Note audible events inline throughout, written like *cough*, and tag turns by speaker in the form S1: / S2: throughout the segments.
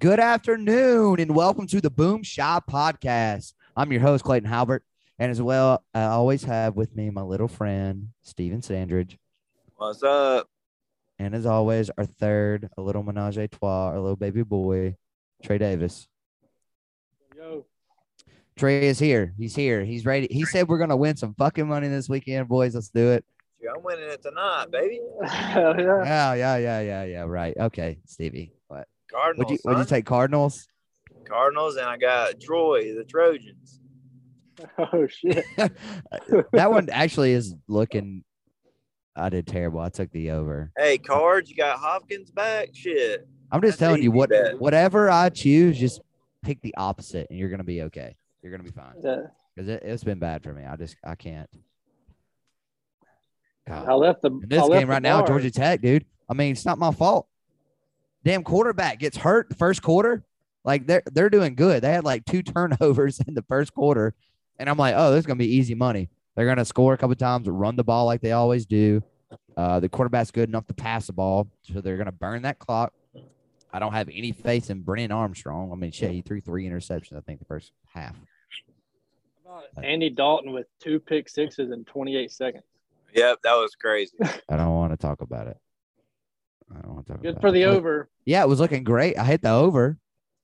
S1: Good afternoon and welcome to the Boom Shop Podcast. I'm your host, Clayton Halbert. And as well, I always have with me my little friend, Steven Sandridge.
S2: What's up?
S1: And as always, our third, a little menage a trois, our little baby boy, Trey Davis.
S3: Yo, *laughs*
S1: Trey is here. He's here. He's ready. He said we're going to win some fucking money this weekend, boys. Let's do it.
S2: Yeah, I'm winning it tonight, baby.
S3: hell yeah.
S1: Yeah, yeah, yeah, yeah, yeah. Right. Okay, Stevie. What?
S2: Cardinals.
S1: Would you, would you
S2: son.
S1: take Cardinals? *laughs*
S2: Cardinals, and I got Troy, the Trojans.
S3: Oh shit.
S1: that one actually is looking. I did terrible. I took the over.
S2: Hey, Cards, you got Hopkins back? Shit.
S1: I'm just
S2: That's
S1: telling you
S2: easy
S1: what
S2: bet.
S1: whatever I choose, just pick the opposite, and you're gonna be okay. You're gonna be fine
S3: Yeah.
S1: because it, it's been bad for me. I just I can't. God.
S3: I left the
S1: In
S3: I
S1: this
S3: left
S1: game
S3: the
S1: right now,
S3: bar.
S1: Georgia Tech, dude. I mean, it's not my fault. Damn quarterback gets hurt the first quarter. Like they're they're doing good. They had like two *laughs* turnovers in the first quarter. And I'm like, oh, this is gonna be easy money. They're gonna score a couple times, run the ball like they always do. Uh, the quarterback's good enough to pass the ball, so they're gonna burn that clock. I don't have any faith in Brennan Armstrong. I mean, shit, he threw three interceptions, I think, the first half.
S3: Andy Dalton with two pick sixes in 28 seconds.
S2: Yep, that was crazy.
S1: I don't want to talk about it. I don't want to talk
S3: Good
S1: about
S3: for
S1: it.
S3: the
S1: But-
S3: over.
S1: Yeah, it was looking great. I hit the over.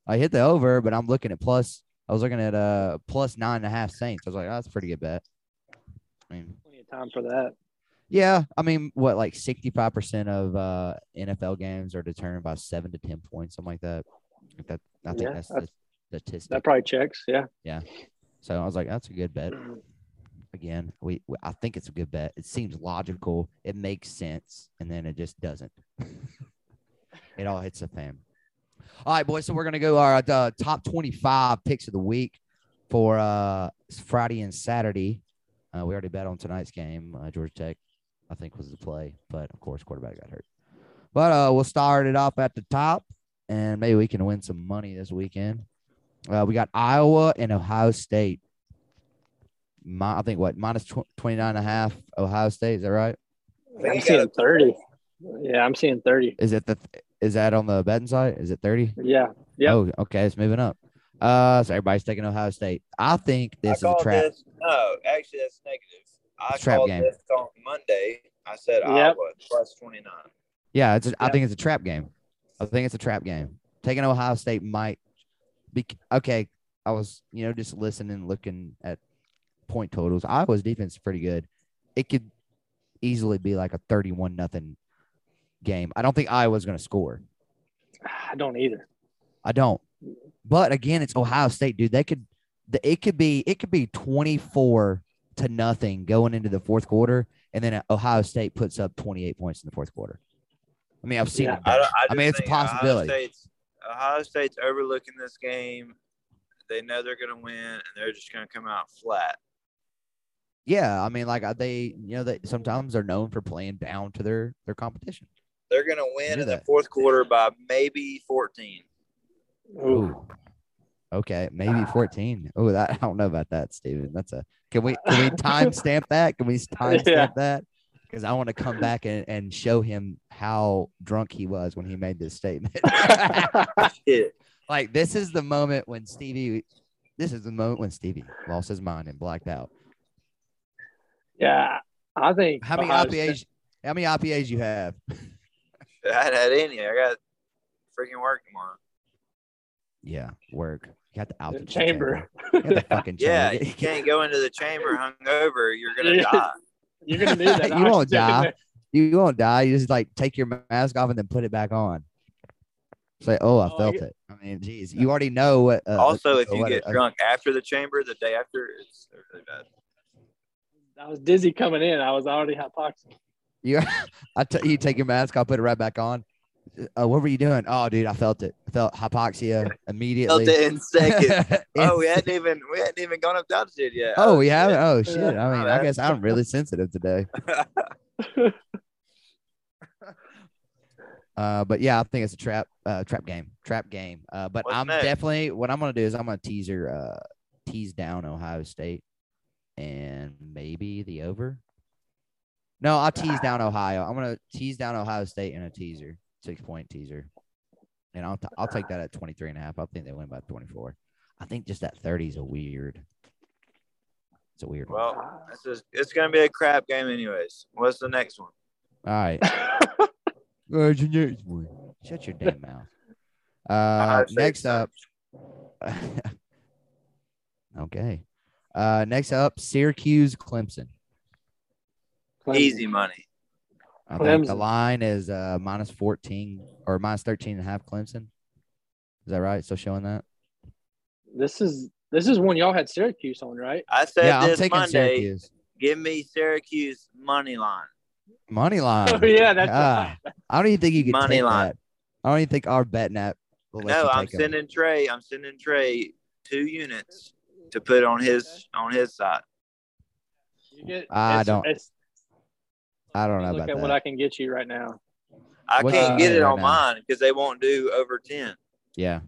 S1: I hit the over, but I'm looking at plus. I was looking at uh plus nine and a half Saints. I was like, oh, that's a pretty good bet. I mean,
S3: Plenty of time for that.
S1: yeah, I mean, what like 65 percent of uh NFL games are determined by seven to ten points, something like that. Like that I think
S3: Yeah,
S1: that's,
S3: that's-
S1: the statistic.
S3: That probably checks. Yeah.
S1: so I was like, that's a good bet. Again, we, we I think it's a good bet. It seems logical. It makes sense, and then it just doesn't. *laughs* it all hits the fan. All right, boys. So we're gonna go our uh, top twenty-five picks of the week for uh, Friday and Saturday. Uh, we already bet on tonight's game. Uh, Georgia Tech, I think, was the play, but of course, quarterback got hurt. But uh, we'll start it off at the top, and maybe we can win some money this weekend. Uh, we got Iowa and Ohio State. My, I think what minus tw- 29 and a half Ohio State. Is that right?
S3: I'm seeing 30. Yeah, I'm seeing 30.
S1: Is it the is that on the betting side? Is it 30?
S3: Yeah. Yep.
S1: Oh, okay. It's moving up. Uh, so everybody's taking Ohio State. I think
S2: I
S1: this is
S2: called
S1: a trap.
S2: This, no, actually, that's negative. I
S1: It's a trap
S2: called
S1: game.
S2: this on Monday. I said
S3: Yep.
S2: Iowa plus 29.
S1: Yeah, it's. A, I
S3: Yeah.
S1: think it's a trap game. I think it's a trap game. Taking Ohio State might be okay. I was, you know, just listening, looking at point totals. Iowa's defense is pretty good. It could easily be like a thirty-one nothing game. I don't think Iowa's going to score.
S3: I don't either.
S1: I don't. But again, it's Ohio State, dude. They could the, it could be it could be 24 to nothing going into the fourth quarter and then Ohio State puts up 28 points in the fourth quarter. I mean, I've seen
S3: Yeah.
S1: it.
S2: I, don't, I,
S1: I mean, it's
S2: just
S1: a
S2: think Ohio
S1: possibility.
S2: State's- Ohio State's overlooking this game. They know they're going to win, and they're just going to come out flat.
S1: Yeah, I mean like uh, they, you know, they sometimes they're known for playing down to their their competition.
S2: They're going to
S1: Knew
S2: win in the
S1: that.
S2: fourth quarter by maybe 14.
S3: Ooh. Ah.
S1: Okay, maybe 14. Oh, that I don't know about that, Steven. That's a can we can we
S3: *laughs*
S1: timestamp that? Can we timestamp
S3: Yeah.
S1: that? Because I want to come back and, and show him how drunk he was when he made this
S3: *laughs*
S1: statement. *laughs*
S2: Shit.
S1: like this is the moment when Stevie this is the moment when Stevie lost his mind and blacked out.
S3: yeah. I think
S1: How many
S3: Ohio
S1: IPAs how many IPAs you have?
S2: I hadn't had any. I got freaking work tomorrow.
S1: Yeah, work. You got the
S3: State-
S1: altitude
S3: chamber.
S1: You got the
S3: *laughs*
S1: fucking
S2: Yeah,
S1: chamber. *laughs*
S2: you can't go into the chamber hungover. You're gonna
S3: Yeah.
S2: die.
S1: Oh,
S3: You're gonna need that.
S1: *laughs* You won't
S3: oxygen.
S1: die. you won't die. You just like take your mask off and then put it back on. Say, oh, I
S3: Oh, I
S1: felt
S3: get-
S1: it. I mean, geez, you already know what. Uh,
S2: also, if you
S1: what-
S2: get
S1: uh,
S2: drunk after the chamber, the day after, it's really bad.
S3: I was dizzy coming in. I was already hypoxic.
S1: you, I t- you take your mask off, put it right back on. Uh, what were you doing? Oh, dude, I felt it. I felt
S2: *laughs*
S1: hypoxia
S2: Felt
S1: immediately.
S2: it
S1: *laughs*
S2: in seconds. oh, we
S1: It's-
S2: hadn't even we hadn't even gone up to altitude yet.
S1: Oh, we haven't. Oh shit!
S3: Yeah.
S1: I mean,
S2: My
S1: I
S2: bad.
S1: guess I'm really sensitive
S2: *laughs*
S1: today. Uh, but yeah, I think it's a trap, uh, trap game, trap game. Uh, but
S2: What's
S1: I'm
S2: next?
S1: definitely what I'm gonna do is I'm gonna teaser, uh, tease down Ohio State, and maybe the over. No, I'll tease down Ohio. I'm gonna tease down Ohio State in a teaser, six point teaser, And I'll, t- I'll take that at 23 and a half. I think they win by 24. I think just that 30 is a weird. It's a weird
S2: Well, this is it's gonna be a crap game anyways. What's the next one?
S1: one. All right. Shut your damn
S2: *laughs*
S1: mouth. Uh,
S2: I'd say
S1: next
S2: so.
S1: up. *laughs* okay. Uh, next up, Syracuse Clemson.
S3: Clemson.
S2: Easy money.
S1: I think the
S3: Clemson.
S1: line is uh, minus 14 or minus 13 and a half Clemson. Is that right? Still showing that?
S3: This is this is one y'all had Syracuse on, right?
S2: I said
S1: yeah, I'm
S2: this
S1: taking
S2: Monday.
S1: Syracuse.
S2: Give me Syracuse money line.
S1: Money
S2: *laughs*
S1: line.
S3: Oh *laughs* yeah, that's
S1: Ah, I don't even think you can
S2: Money
S1: take
S2: line.
S1: that. I don't even think our bet app will let
S2: No,
S1: you
S2: I'm
S1: take 'em.
S2: sending Trey. I'm sending Trey two units to put on his on his side.
S3: You get,
S1: I
S3: it's-
S1: don't-
S3: it's-
S1: I don't know
S3: Look
S1: about
S3: at
S1: that.
S3: what I can get you right now.
S2: I
S1: What's
S2: can't
S3: the
S2: get it
S1: spread right
S2: on
S1: now?
S2: mine because they won't do over ten.
S1: yeah.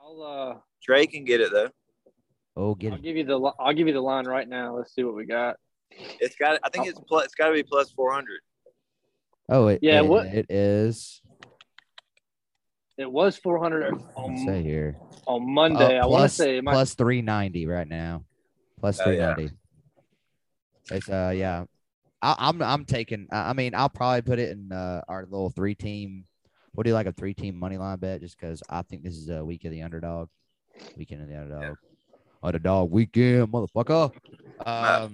S3: I'll uh,
S2: Trey can get it though.
S1: Oh, get
S3: I'll
S1: it.
S3: give you the li- I'll give you the line right now. Let's see what we got.
S2: It's got. I think it's plus. It's got to be plus four hundred.
S1: Oh, it,
S3: Yeah,
S1: it-
S3: what-
S1: it is.
S3: It was 400
S1: Let's say
S3: on,
S1: here.
S3: on Monday.
S1: Uh,
S3: I want to
S1: plus-
S3: say it might,
S1: plus 390 right now. Plus
S2: Oh, yeah.
S1: 390. It's uh yeah. I, I'm I'm taking I I mean I'll probably put it in uh, our little three team what do you like a three team money line bet just because I think this is a week of the underdog. Weekend of the underdog. Underdog weekend, motherfucker. Um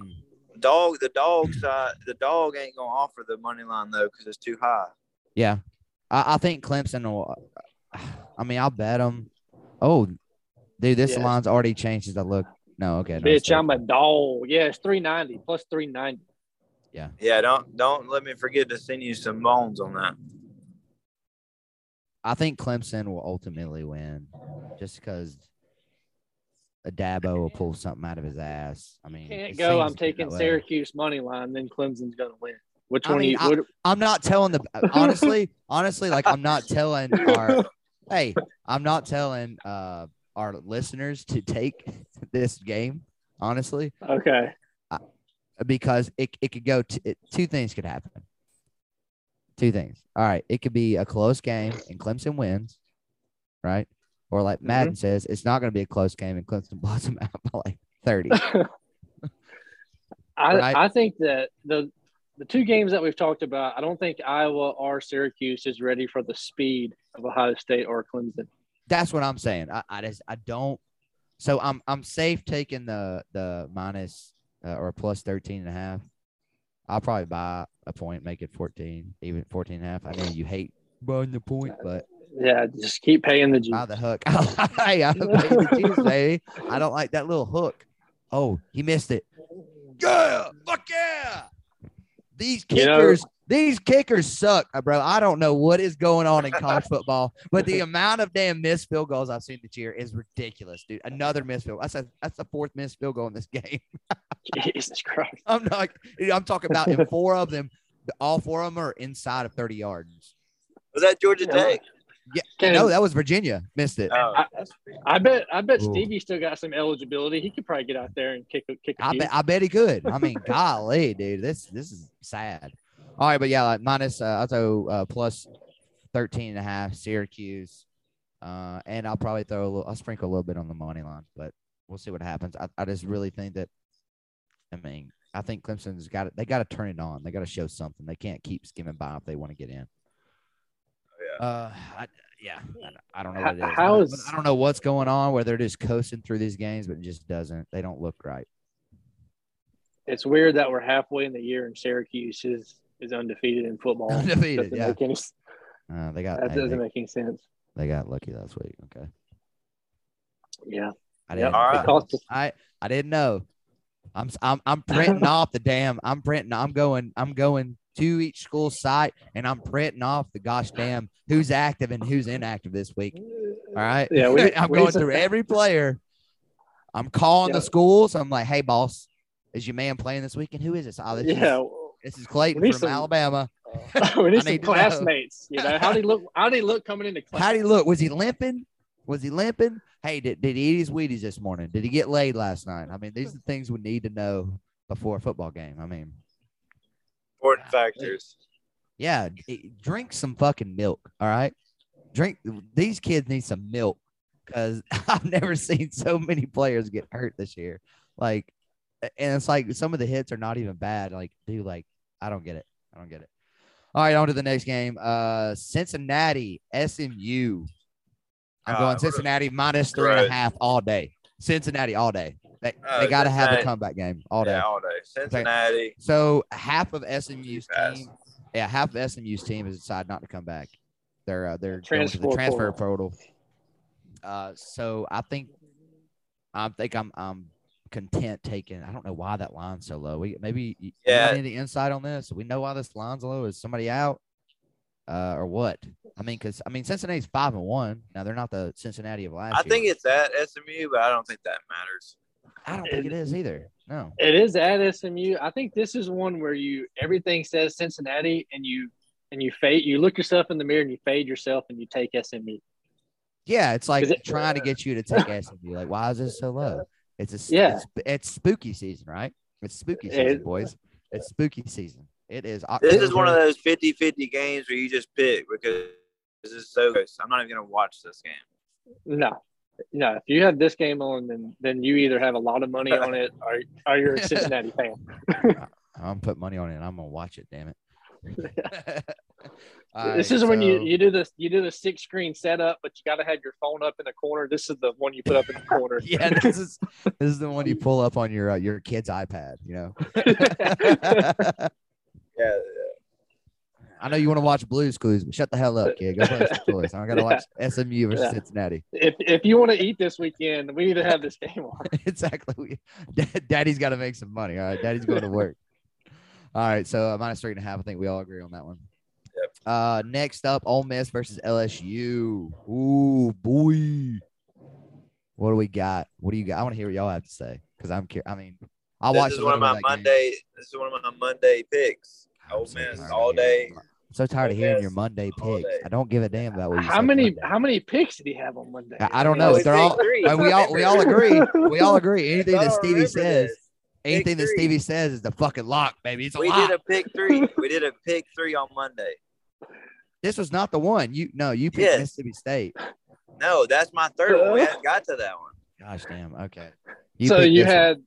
S2: Dog. The dog side. The dog ain't gonna offer the money line though because it's too high.
S1: yeah. I, I think Clemson will I mean I'll bet them. Oh dude, this
S3: Yeah.
S1: line's already changed since I look. No, okay. no, it's
S3: bitch. I'm a
S1: Syracuse.
S3: dog. Yeah, it's 390 plus 390.
S2: Yeah. Don't don't let me forget to send you some bones on that.
S1: I think Clemson will ultimately win just because a Dabo will pull something out of his ass. I mean,
S3: Can't
S1: it
S3: go.
S1: seems
S3: I'm
S1: to be
S3: taking
S1: that way.
S3: Syracuse money line. Then Clemson's gonna win. Which
S1: I
S3: one?
S1: mean,
S3: you,
S1: I-
S3: what,
S1: I'm not telling
S3: *laughs*
S1: the honestly, honestly, like I'm not telling our hey, I'm not telling uh our listeners to take *laughs* this game, honestly,
S3: okay.
S1: because it, it could go t- it, two things could happen. Two things. All right, it could be a close game and Clemson wins, right? Or like
S3: Mhm.
S1: Madden says, it's not going to be a close game and Clemson *laughs* blows them out by like thirty.
S3: I,
S1: Right.
S3: I think that the the two games that we've talked about, I don't think Iowa or Syracuse is ready for the speed of Ohio State or Clemson.
S1: That's what I'm saying. I, I just I don't. So I'm I'm safe taking the the minus uh, or plus 13 and a half. I'll probably buy a point, make it 14, even 14 and a half. I know you hate buying the point, but
S3: Yeah, just keep paying the juice.
S1: buy the hook. *laughs* hey, I don't hate the juice, baby. I don't like that little hook. Oh, he missed it. Yeah, fuck yeah. These
S3: You know-
S1: kickers, these kickers suck, uh, bro. I don't know what is going on in
S3: *laughs*
S1: college football, but the amount of damn missed field goals I've seen this year is ridiculous, dude. Another missed field. That's a, that's the fourth missed field goal in this *laughs* game.
S3: Jesus Christ.
S1: I'm not. I'm talking about
S3: *laughs*
S1: in four of them, all four of them are inside of 30 yards.
S2: Was that Georgia
S3: Yeah.
S2: Tech?
S3: Can-
S1: No, that was Virginia. Missed it.
S2: Oh,
S3: I-
S2: that's pretty-
S3: I bet I bet
S1: Ooh.
S3: Stevie still got some eligibility. He could probably get out there and kick a kick a
S1: I
S3: few.
S1: bet, I bet he could. I mean, golly, dude, this this is sad. All right, but yeah, like minus uh, also uh, plus 13 and a half Syracuse, uh, and I'll probably throw a little, I'll sprinkle a little bit on the money line, but we'll see what happens. I, I just really think that, I mean, I think Clemson's got it. They got to turn it on. They got to show something. They can't keep skimming by if they want to get in.
S2: Yeah.
S1: Uh, I, yeah, I, I don't know
S3: How-
S1: what it is.
S3: how
S1: I don't-
S3: is-
S1: I don't know what's going on. Where they're just coasting through these games, but it just doesn't. They don't look right.
S3: It's weird that we're halfway in the year and Syracuse is is undefeated in *laughs* football.
S1: Undefeated,
S3: Doesn't
S1: yeah.
S3: make any s-
S1: Uh, they got
S3: that
S1: hey,
S3: doesn't
S1: they,
S3: make any sense.
S1: they got lucky last week. Okay,
S3: Yeah.
S1: I
S3: Yeah.
S1: didn't.
S2: All
S3: It
S2: right.
S3: cost us-
S1: I I didn't know. I'm s- I'm I'm
S3: *laughs*
S1: printing off the damn. I'm printing. I'm going. I'm going to each school site and I'm printing off the gosh damn who's active and who's inactive this week. All right. *laughs*
S3: Yeah, we-
S1: I'm
S3: we-
S1: going through every player. I'm calling
S3: Yeah.
S1: the schools. I'm like, hey boss, is your man playing this weekend? Who is this? Oh, this is
S3: Yeah.
S1: this is Clayton
S3: We need
S1: from
S3: some-
S1: Alabama.
S3: *laughs* we
S1: I
S3: need some
S1: need to know.
S3: classmates. You know, how did he look? How did he look coming into class?
S1: How do you look? Was he limping? Was he limping? Hey, did, did he eat his Wheaties this morning? Did he get laid last night? I mean, these are the things we need to know before a football game. I mean,
S2: important factors.
S1: eh, yeah, d- drink some fucking milk. All right. Drink these kids need some milk because *laughs* I've never seen so many players get hurt this year. Like, and it's like some of the hits are not even bad. Like, dude, like I don't get it. I don't get it. All right, on to the next game. Uh, Cincinnati, SMU. I'm
S2: Uh,
S1: going
S2: what a-
S1: Cincinnati minus three and a
S2: Gross.
S1: half all day. Cincinnati all day. They,
S2: Oh,
S1: they got to have a
S2: Cincinnati.
S1: comeback game all day.
S2: Yeah, all day. Cincinnati.
S1: So half of SMU's
S2: Fast.
S1: team, yeah, half of SMU's team has decided not to come back. They're uh, they're going to the
S3: Transfer
S1: transfer portal. Uh, so I think I think I'm I'm content taking. I don't know why that line's so low. We maybe you you got
S2: Yeah.
S1: any insight on this? We know why this line's low. Is somebody out? Uh, or what? I mean, because I mean, Cincinnati's five and one. Now they're not the Cincinnati of last
S2: I
S1: year.
S2: think it's at SMU, but I don't think that matters.
S1: I don't think it is either. No,
S3: It is at SMU. I think this is one where you everything says Cincinnati and you and you fade you look yourself in the mirror and you fade yourself and you take SMU.
S1: Yeah, it's like
S3: Is it-
S1: trying to get you to take SMU. Like, why is this so low? It's a s-
S3: Yeah.
S1: It's, it's spooky season, right? It's spooky
S3: It-
S1: season, boys. It's spooky season. It is.
S2: This is one of
S1: October.
S2: those 50 50 games where you just pick because this is so close. I'm not even going to watch this game.
S3: No. No, if you have this game on, then then you either have a lot of money on it, or, or you're
S1: *laughs*
S3: a Cincinnati fan.
S1: I'm putting money on it. and I'm gonna watch it. Damn
S3: *laughs*
S1: it. All
S3: this
S1: right,
S3: is when you,
S1: so-
S3: you do this you do the six screen setup, but you got to have your phone up in the corner. This is the one you put up in the corner.
S1: *laughs* *laughs* Yeah, this is this is the one you pull up on your uh, your kid's iPad. You know.
S3: *laughs*
S2: Yeah.
S1: *laughs* I know you want to watch Blues Clues, but shut the hell up, kid. Go play with your toys. I gotta watch SMU versus
S3: Yeah.
S1: Cincinnati.
S3: if if you want to eat this weekend, we need to have this game on.
S1: *laughs* exactly. We, Dad- Daddy's got to make some money. All right. Daddy's
S2: *laughs*
S1: going to work. all right. So uh, minus three and a half. I think we all agree on that one.
S2: Yep.
S1: Uh, next up, Ole Miss versus LSU. Ooh, boy. What do we got? What do you got? I want to hear what y'all have to say because I'm curious. I mean, I watched
S2: this is
S1: a
S2: one of
S1: little
S2: my
S1: bit that game.
S2: Monday. This is one of my Monday picks.
S1: I'm
S2: Ole
S1: so
S2: Miss
S1: tired of
S2: all
S1: hearing-
S2: day.
S1: I'm so tired of
S2: Ole
S1: hearing
S2: Miss
S1: your Monday
S2: all
S1: picks.
S2: day.
S1: I don't give a damn about what you
S3: How
S1: said
S3: many
S1: Monday.
S3: how many picks did he have on Monday?
S1: I, I don't know.
S2: Only
S1: They're all.
S2: pick three.
S1: and we all we all agree. We all agree. Anything
S2: Y'all
S1: that
S2: don't
S1: Stevie
S2: remember
S1: says,
S2: this. Pick
S1: anything that
S2: three.
S1: Stevie says is the fucking lock, baby. It's a
S2: we
S1: lock.
S2: did a pick three. We did a pick three on Monday.
S1: this was not the one. You no, you picked
S2: Yes.
S1: Mississippi State.
S2: No, that's my third one. We haven't got to that one.
S1: Gosh damn. Okay.
S3: so
S1: picked
S3: you
S1: this one.
S3: had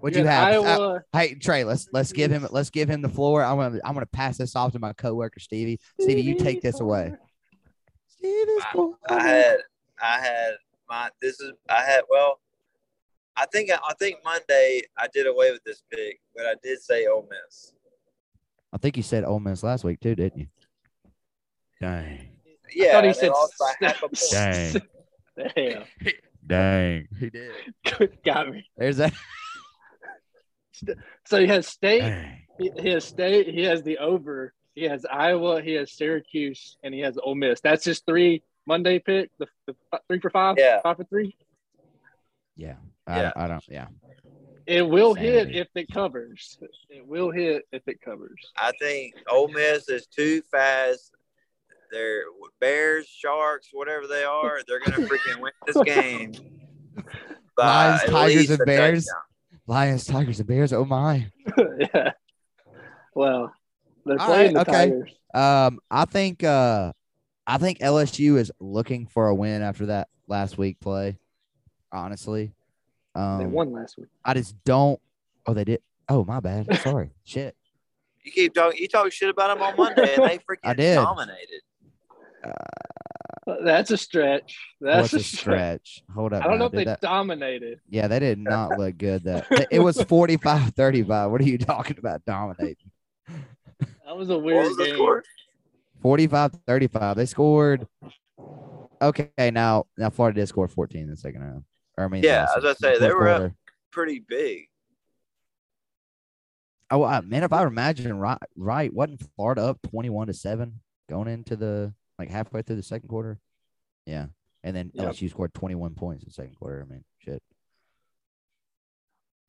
S1: what'd you have? Uh,
S3: Iowa.
S1: hey Trey, let's let's give him let's give him the floor. I'm gonna I'm gonna pass this off to my coworker Stevie. Stevie, you take this away. Stevie's boy.
S2: I had, I had my. This is I had. Well, I think I think Monday I did away with this pick, but I did say Ole Miss.
S1: I think you said Ole Miss last week too, didn't you? Dang.
S2: *laughs* Yeah,
S3: I thought he
S2: and they
S3: said
S2: lost by half a point.
S1: Dang.
S3: *laughs* Damn,
S1: Dang. He did.
S3: got me.
S1: There's that.
S3: So he has state.
S1: Dang.
S3: He, he has state. He has the over. He has Iowa. He has Syracuse, and he has Ole Miss. That's his three Monday pick. The, the f- three for five.
S2: Yeah.
S3: Five for three.
S1: Yeah. I,
S2: Yeah.
S1: Don't, I don't yeah.
S3: It will
S1: Sanity.
S3: hit if it covers. It will hit if it covers. *laughs*
S2: I think Ole Miss is too fast. They're bears, sharks, whatever they are. They're gonna freaking win this game.
S1: *laughs*
S2: by
S1: Lions,
S2: at
S1: tigers,
S2: least
S1: and
S2: a
S1: bears.
S2: touchdown.
S1: Lions, Tigers, and Bears. Oh my.
S3: yeah. Well, they're
S1: All
S3: playing
S1: right,
S3: the
S1: okay.
S3: Tigers.
S1: Um, I think uh, I think LSU is looking for a win after that last week play. Honestly,
S3: they
S1: um,
S3: won last week.
S1: I just don't. Oh, they did. Oh, my bad.
S3: *laughs*
S1: Sorry. Shit.
S2: You keep talking. You talk shit about them on Monday,
S1: *laughs*
S2: and they freaking
S1: I did.
S2: dominated.
S3: That's a stretch.
S1: What's
S3: That's a,
S1: a
S3: stretch.
S1: stretch? Hold up.
S3: I don't
S1: now,
S3: know if
S1: did
S3: they
S1: that-
S3: dominated.
S1: Yeah, they did not look good. That
S3: *laughs*
S1: it was 45-35. What are you talking about? Dominating.
S3: That was a
S2: What
S3: weird
S2: was the
S3: game.
S2: score?
S1: 45-35. They scored. Okay, now now Florida did score 14 in the second half. Or I mean,
S2: Yeah,
S1: uh,
S2: I was gonna say, they
S1: fourth
S2: were up.
S1: quarter.
S2: Pretty big.
S1: Oh I, man, if I imagine right, right, wasn't Florida up twenty-one to seven going into the like halfway through the second quarter? Yeah, and then
S3: Yep.
S1: LSU scored twenty-one points in the second quarter. I mean, shit.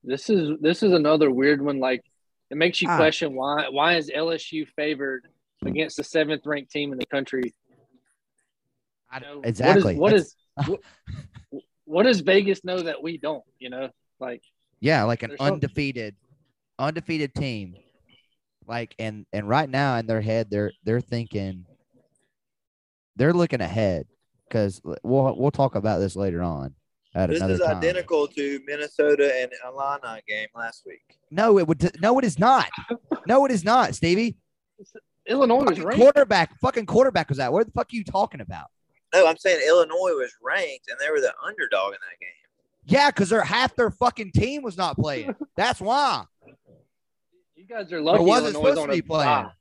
S3: This is this is another weird one. Like it makes you
S1: Ah.
S3: question why why is LSU favored against the seventh ranked team in the country?
S1: I-
S3: You know,
S1: exactly.
S3: What is what is what, what does Vegas know that we don't? You know, like
S1: Yeah, like an
S3: There's some-
S1: undefeated, undefeated team. Like and and right now in their head, they're they're thinking, they're looking ahead because we'll we'll talk about this later on. At
S2: This
S1: another
S2: is
S1: time.
S2: identical to Minnesota and Alana game last week.
S1: No, it would. No, it is not. No, it is not, Stevie.
S3: Illinois was
S1: Fucking
S3: ranked.
S1: quarterback, fucking quarterback was that. Where the fuck are you talking about?
S2: No, I'm saying Illinois was ranked and they were the underdog in that game.
S1: Yeah, because their half their fucking team was not
S3: *laughs*
S1: playing. That's why.
S3: You guys are lucky.
S1: It wasn't
S3: Illinois
S1: supposed
S3: on
S1: to be
S3: a
S1: playing.
S3: bye.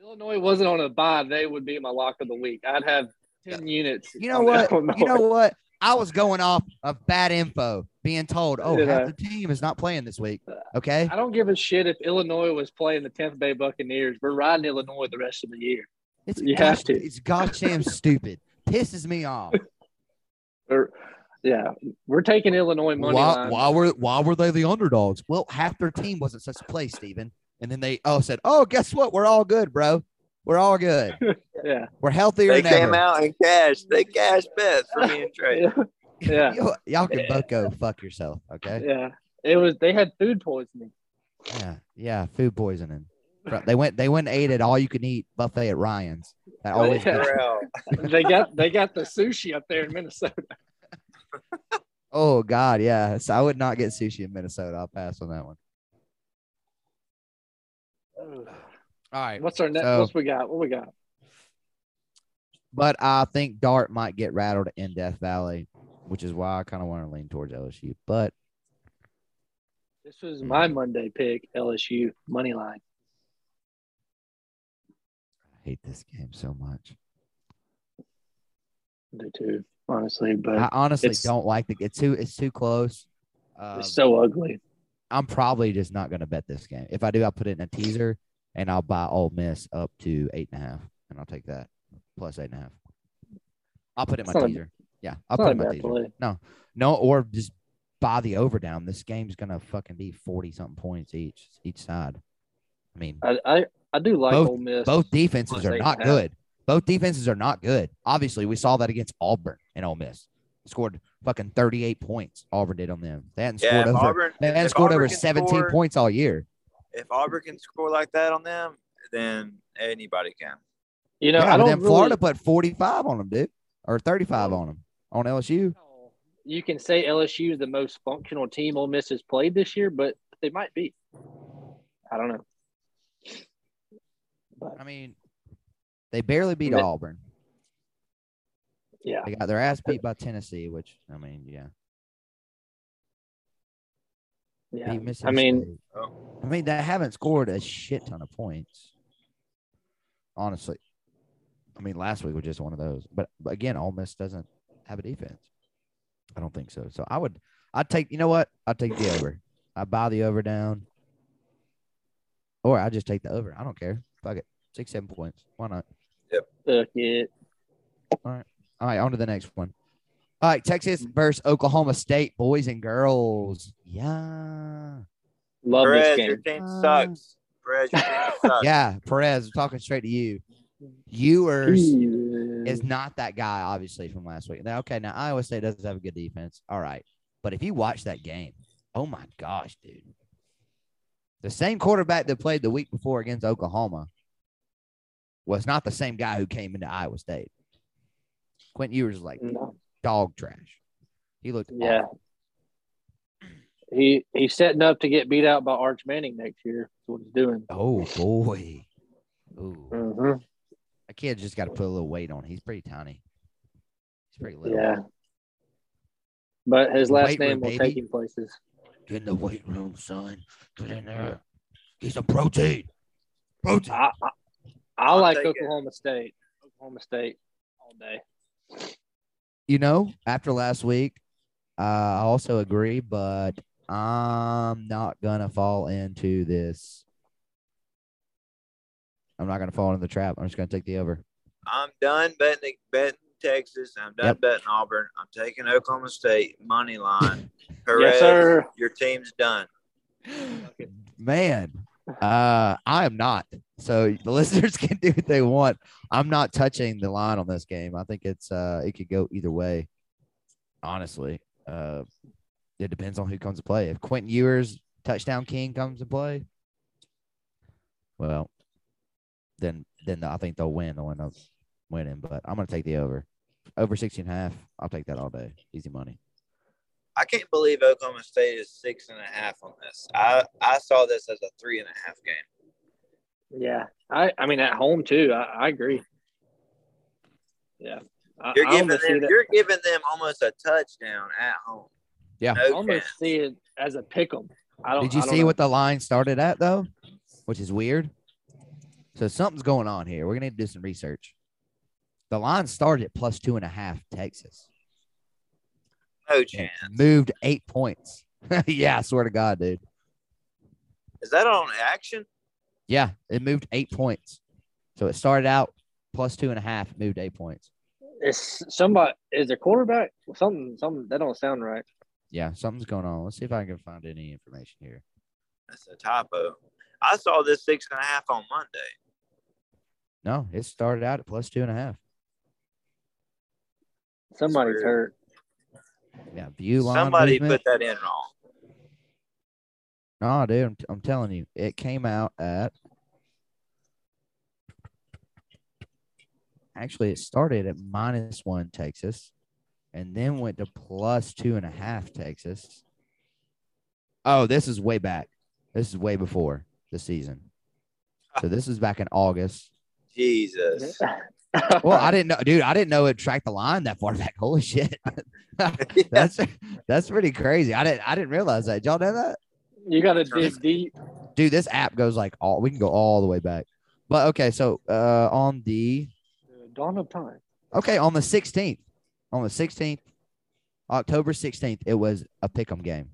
S3: Illinois wasn't on a bye. They would be my lock of the week. I'd have ten units.
S1: You know
S3: on
S1: what?
S3: Illinois.
S1: You know what? I was going off of bad info, being told, "Oh,
S3: Yeah.
S1: half the team is not playing this week." Okay,
S3: *laughs* I don't give a shit if Illinois was playing the Tampa Bay Buccaneers. We're riding Illinois the rest of the year.
S1: it's
S3: you have
S1: gosh-
S3: to.
S1: It's goddamn stupid. Pisses me off.
S3: Or, yeah, we're taking Illinois *laughs* money
S1: Why,
S3: line.
S1: why were why were they the underdogs? Well, half their team wasn't such a play, Steven. And then they all said, "Oh, guess what? We're all good, bro. We're all good.
S3: Yeah, *laughs*
S1: We're healthier
S2: They
S1: than ever."
S2: came out and cashed. They cashed bets for me and *laughs* Trey.
S3: yeah, yeah,
S1: You- *laughs* y'all can both go fuck yourself. Okay.
S3: yeah. It was. They had food poisoning.
S1: Yeah. Yeah. Food poisoning. Fr- They went. They went and ate at all you can eat buffet at Ryan's. That
S3: Oh,
S1: always.
S3: yeah.
S1: gets-
S2: Corral.
S3: They got they got the sushi up there in Minnesota.
S1: Oh God. Yeah. So I would not get sushi in Minnesota. I'll pass on that one. All right.
S3: What's our next?
S1: So-
S3: What's we got? What we got?
S1: But I think Dart might get rattled in Death Valley, which is why I kind of want to lean towards LSU. But
S3: This was my Monday pick: LSU money line.
S1: I hate this game so much.
S3: The two, honestly,
S1: I
S3: but
S1: honestly
S3: it's-
S1: don't like the. It's too. It's too close. Um,
S3: it's so ugly.
S1: I'm probably just not going to bet this game. If I do, I'll put it in a teaser and I'll buy Ole Miss up to eight and a half, and I'll take that plus eight and a half. I'll put it in
S3: It's
S1: my
S3: not a-
S1: teaser. yeah, I'll put it
S3: It's not a
S1: in my
S3: bad
S1: teaser.
S3: play.
S1: No, or just buy the overdown. This game's going to fucking be forty something points each each side. I mean,
S3: I, I I do like
S1: Both-
S3: Ole Miss.
S1: both defenses
S3: plus
S1: are
S3: eight
S1: not
S3: and a half.
S1: good. Both defenses are not good. Obviously, we saw that against Auburn and Ole Miss. Scored fucking 38 points. Auburn did on them. They hadn't
S2: Yeah,
S1: scored
S2: if
S1: over.
S2: Auburn,
S1: they hadn't
S2: if
S1: scored
S2: Auburn
S1: over
S2: can
S1: 17
S2: score-
S1: points all year.
S2: if Auburn can score like that on them, then anybody can.
S3: You know,
S1: yeah,
S3: I
S1: but
S3: don't
S1: then
S3: really-
S1: Florida put 45 on them, dude, or 35 on them on LSU.
S3: You can say LSU is the most functional team Ole Miss has played this year, but they might be. I don't know.
S1: I mean, they barely beat
S3: But-
S1: Auburn.
S3: Yeah,
S1: They got their ass beat by Tennessee, which I mean, yeah.
S3: yeah.
S1: beat
S3: I
S1: Mississippi
S3: mean,
S1: State. I mean, they haven't scored a shit ton of points. Honestly, I mean, last week was just one of those. But, but again, Ole Miss doesn't have a defense. I don't think so. So I would, I'd take. You know what? I'd take the over. I buy the over down, or I just take the over. I don't care. Fuck it. Six, seven points. Why not?
S3: fuck it.
S1: All right, on to the next one. All right, Texas versus Oklahoma State, boys and girls. Yeah.
S3: Love
S2: Perez,
S3: this
S2: your
S3: game.
S2: team
S1: Uh,
S2: sucks.
S1: *laughs*
S2: Perez, your team sucks.
S1: Yeah, Perez, I'm talking straight to you. Ewers is not that guy, obviously, from last week. Now, okay, now Iowa State doesn't have a good defense. All right. But if you watch that game, oh my gosh, dude. The same quarterback that played the week before against Oklahoma was not the same guy who came into Iowa State. Quentin Ewers is like
S3: No.
S1: dog trash. He looked
S3: Mm. Yeah.
S1: awful.
S3: He he's setting up to get beat out by Arch Manning next year. Is what he's doing.
S1: Oh boy. Ooh.
S2: Mm-hmm.
S3: Mhm.
S1: A kid's just got to put a little weight on. He's pretty tiny. He's pretty little.
S3: Yeah. But his last
S1: Weight room,
S3: name will
S1: baby.
S3: take him
S1: *laughs*
S3: places.
S1: Get in the weight room, son. Get in there. He's a protein. Protein.
S3: I I, I
S2: I'll
S3: like
S2: take it.
S3: Oklahoma State. Oklahoma State all day.
S1: You know, after last week, uh, I also agree, but I'm not gonna fall into this. I'm not gonna fall into the trap. I'm just gonna take the over.
S2: I'm done betting betting Texas. I'm done
S1: Yep.
S2: betting Auburn. I'm taking Oklahoma State
S1: *laughs*
S2: money line. Perez,
S3: Yes, sir.
S2: your team's done.
S1: Man, uh, I am not. So the *laughs* listeners can do what they want. I'm not touching the line on this game. I think it's uh, it could go either way. Honestly, uh, it depends on who comes to play. If Quentin Ewers touchdown king comes to play, well, then then I think they'll win. They'll win a winning, but I'm gonna take the over. Over 16 and a half, I'll take that all day. Easy money.
S2: I can't believe Oklahoma State is six and a half on this. I, I saw this as a three and a half game.
S3: Yeah, I, I mean at home too. I, I agree. Yeah, I,
S2: You're
S3: I
S2: giving
S3: almost see
S2: them
S3: that-
S2: you're giving them almost a touchdown at home.
S1: Yeah.
S2: No
S3: I almost
S2: chance.
S3: see it as a pick 'em. I don't.
S1: Did you
S3: Oh, I don't
S1: see
S3: know.
S1: what the line started at though? Which is weird. So something's going on here. We're gonna need to do some research. The line started at plus two and a half Texas.
S2: no
S1: and
S2: chance.
S1: Moved eight points. *laughs* yeah, I swear to God, dude.
S2: Is that on action?
S1: Yeah, it moved eight points. So it started out plus two and a half, moved eight points.
S3: Is somebody is their quarterback? Something, something that don't sound right.
S1: Yeah, something's going on. Let's see if I can find any information here.
S2: That's a typo. I saw this six and a half on Monday.
S1: No, it started out at plus two and a half.
S3: Somebody's
S2: weird.
S3: hurt.
S1: Yeah, view line.
S2: Somebody
S1: movement.
S2: put that in wrong.
S1: Nah, dude, I'm, t- I'm telling you, it came out at. Actually, it started at minus one Texas, and then went to plus two and a half Texas. Oh, this is way back. This is way before the season. So this is back in August.
S3: *laughs*
S2: Jesus.
S1: Well, I didn't know, dude. I didn't know it tracked the line that far *laughs* back. Holy shit, that's that's pretty crazy. I didn't I didn't realize that. Did y'all know that?
S3: you got to dig deep.
S1: dude this app goes like all we can go all the way back but okay so uh on the
S3: Dawn of time.
S1: okay on the 16th on the 16th october 16th it was a pick'em game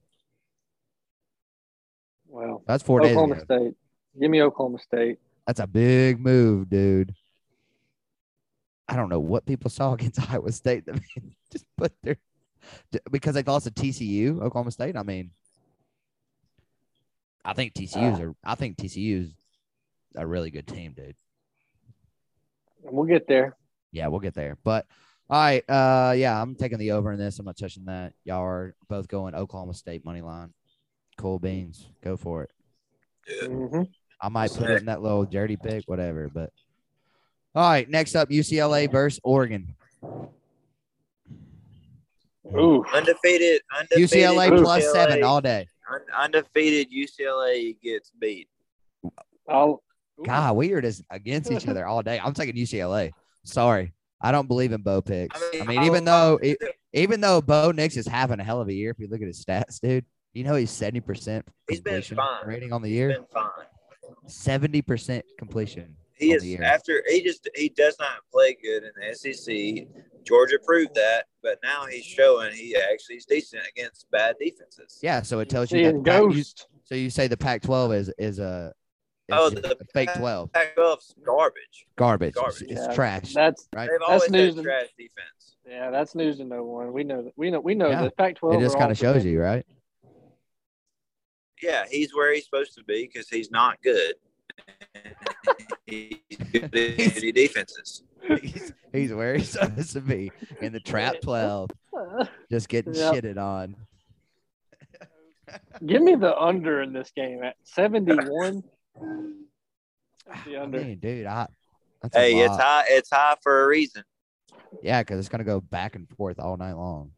S3: Well,
S1: that's four days
S3: Oklahoma
S1: ago.
S3: State. Give me Oklahoma State.
S1: that's a big move dude i don't know what people saw *laughs* against iowa state that they *laughs* just put their because they lost to tcu oklahoma state i mean i think tcu's are i think tcu's a really good team dude
S3: We'll get there.
S1: Yeah, we'll get there. But all right, uh, yeah, I'm taking the over in this. I'm not touching that. Y'all are both going Oklahoma State money line. Cool beans, go for it.
S3: hmm
S1: I might put it in that little dirty pick, whatever. But all right, next up, UCLA versus Oregon.
S3: Ooh,
S2: Undefeated, undefeated.
S1: UCLA plus
S2: UCLA
S1: seven all day.
S2: un- Undefeated UCLA gets beat.
S3: I'll.
S1: God, we are just against each other all day. I'm taking UCLA. Sorry, I don't believe in Bo picks.
S2: I mean,
S1: I mean,
S2: I'll-
S1: even though e- even though Bo Nix is having a hell of a year, if you look at his stats, dude, you know he's seventy percent
S2: He's been
S1: completion
S2: fine.
S1: rating on the
S2: He's
S1: year.
S2: been fine.
S1: seventy percent completion.
S2: He
S1: on the
S2: is
S1: year.
S2: after he just he does not play good in the SEC. Georgia proved that, but now he's showing he actually is decent against bad defenses.
S1: Yeah, so it tells you that.
S3: Seeing
S1: the Pac- you-
S3: ghost.
S1: so you say the Pac-12 is is a is
S2: Oh,
S1: just
S2: the
S1: a fake
S2: Pac-
S1: twelve
S2: Pac-12's garbage.
S1: garbage.
S2: garbage.
S1: It's, it's
S3: Yeah.
S1: trash.
S3: That's
S1: Right.
S2: They've
S3: That's
S2: always
S3: news
S2: had
S3: to-
S2: trash defense.
S3: yeah. That's news to no one. We know that. We know. We know
S1: Yeah.
S3: that Pac-12.
S1: It just
S3: are
S1: kind
S3: all
S1: of shows
S3: pretend-
S1: you, right?
S2: Yeah, he's where he's supposed to be because he's not good. *laughs* he's good at shitty defenses.
S1: he's, he's where *laughs* he's supposed to be in the
S3: *laughs*
S1: trap twelve, just getting
S3: Yeah.
S1: shitted on.
S3: *laughs* Give me the under in this game at seventy-one. the
S1: I
S3: under.
S1: mean, dude, I. That's a
S2: Hey, it's
S1: lot.
S2: high. It's high for a reason.
S1: yeah, because it's gonna go back and forth all night long.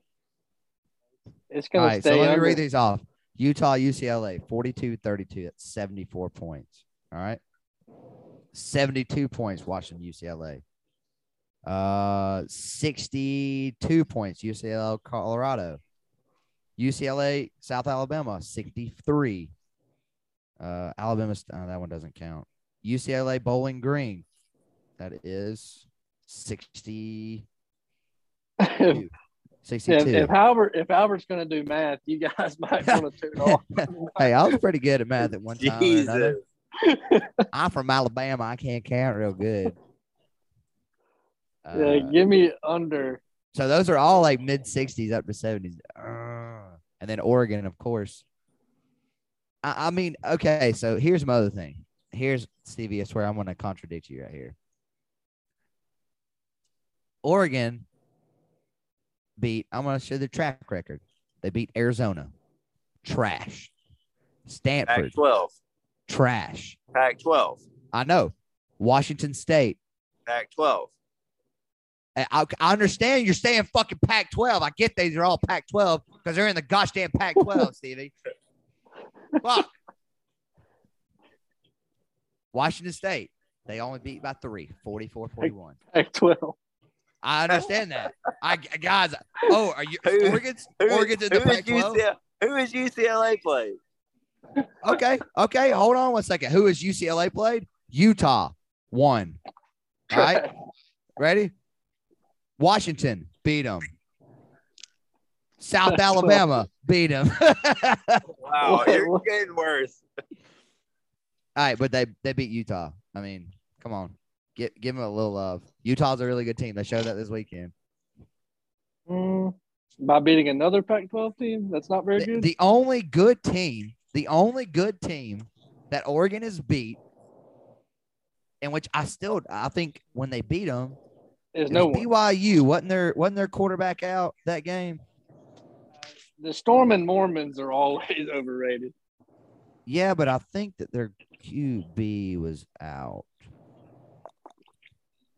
S3: It's
S1: All
S3: gonna
S1: right,
S3: stay.
S1: so let
S3: under.
S1: me read these off. Utah, UCLA, 42-32. That's 74 points. All right. 72 points Washington, UCLA. Uh 62 points UCLA, Colorado. UCLA, South Alabama, 63. Uh Alabama, oh, that one doesn't count. UCLA Bowling Green. That is 60
S3: *laughs* if,
S1: 62.
S3: if, if Albert if Albert's gonna do math, you guys *laughs* might want to
S1: *laughs*
S3: tune off.
S1: hey, I was pretty good at math at one time. Or another.
S2: Jesus.
S1: I'm from Alabama. I can't count real good.
S3: yeah,
S1: Uh,
S3: give me under.
S1: so those are all like mid 60s up to 70s. Uh, and then Oregon, of course. I, I mean, okay, so here's my other thing. Here's Stevie, I swear I'm going to contradict you right here. Oregon beat, I'm going to show the track record. They beat Arizona. Trash. Stanford.
S2: Pac-12.
S1: Trash.
S2: Pac-12.
S1: I know. Washington State.
S2: Pac-12.
S1: I, I- I understand you're staying fucking Pac 12. I get these are all Pac 12 because they're in the gosh damn Pac 12,
S2: *laughs*
S1: Stevie. Fuck. Washington State, they only beat by three, 44 41. *laughs*
S3: Pac 12.
S1: I understand that. I guys, oh, are you
S2: *laughs* Who-
S1: Oregon's
S2: Who,
S1: Oregon's in the
S2: who is
S1: Pac 12?
S2: UCLA who is UCLA play?
S1: Okay, okay, hold on one second. Who is UCLA played? Utah won. All right, ready? Washington beat them. South Alabama beat them. *laughs* All
S2: Wow,
S3: What-
S2: you're
S3: what-
S2: getting worse.
S1: right, but they they beat Utah. I mean, come on, get give them a little love. Utah's a really good team. They showed that this weekend.
S3: Mm, by beating another Pac 12 team, that's not very
S1: The,
S3: good.
S1: the only good team, the only good team that Oregon has beat, and which I still I think when they beat them,
S3: There's
S1: It
S3: no
S1: was
S3: one.
S1: BYU wasn't their wasn't their quarterback out that game.
S3: The Storm and Mormons are always *laughs* overrated.
S1: Yeah, but I think that their QB was out.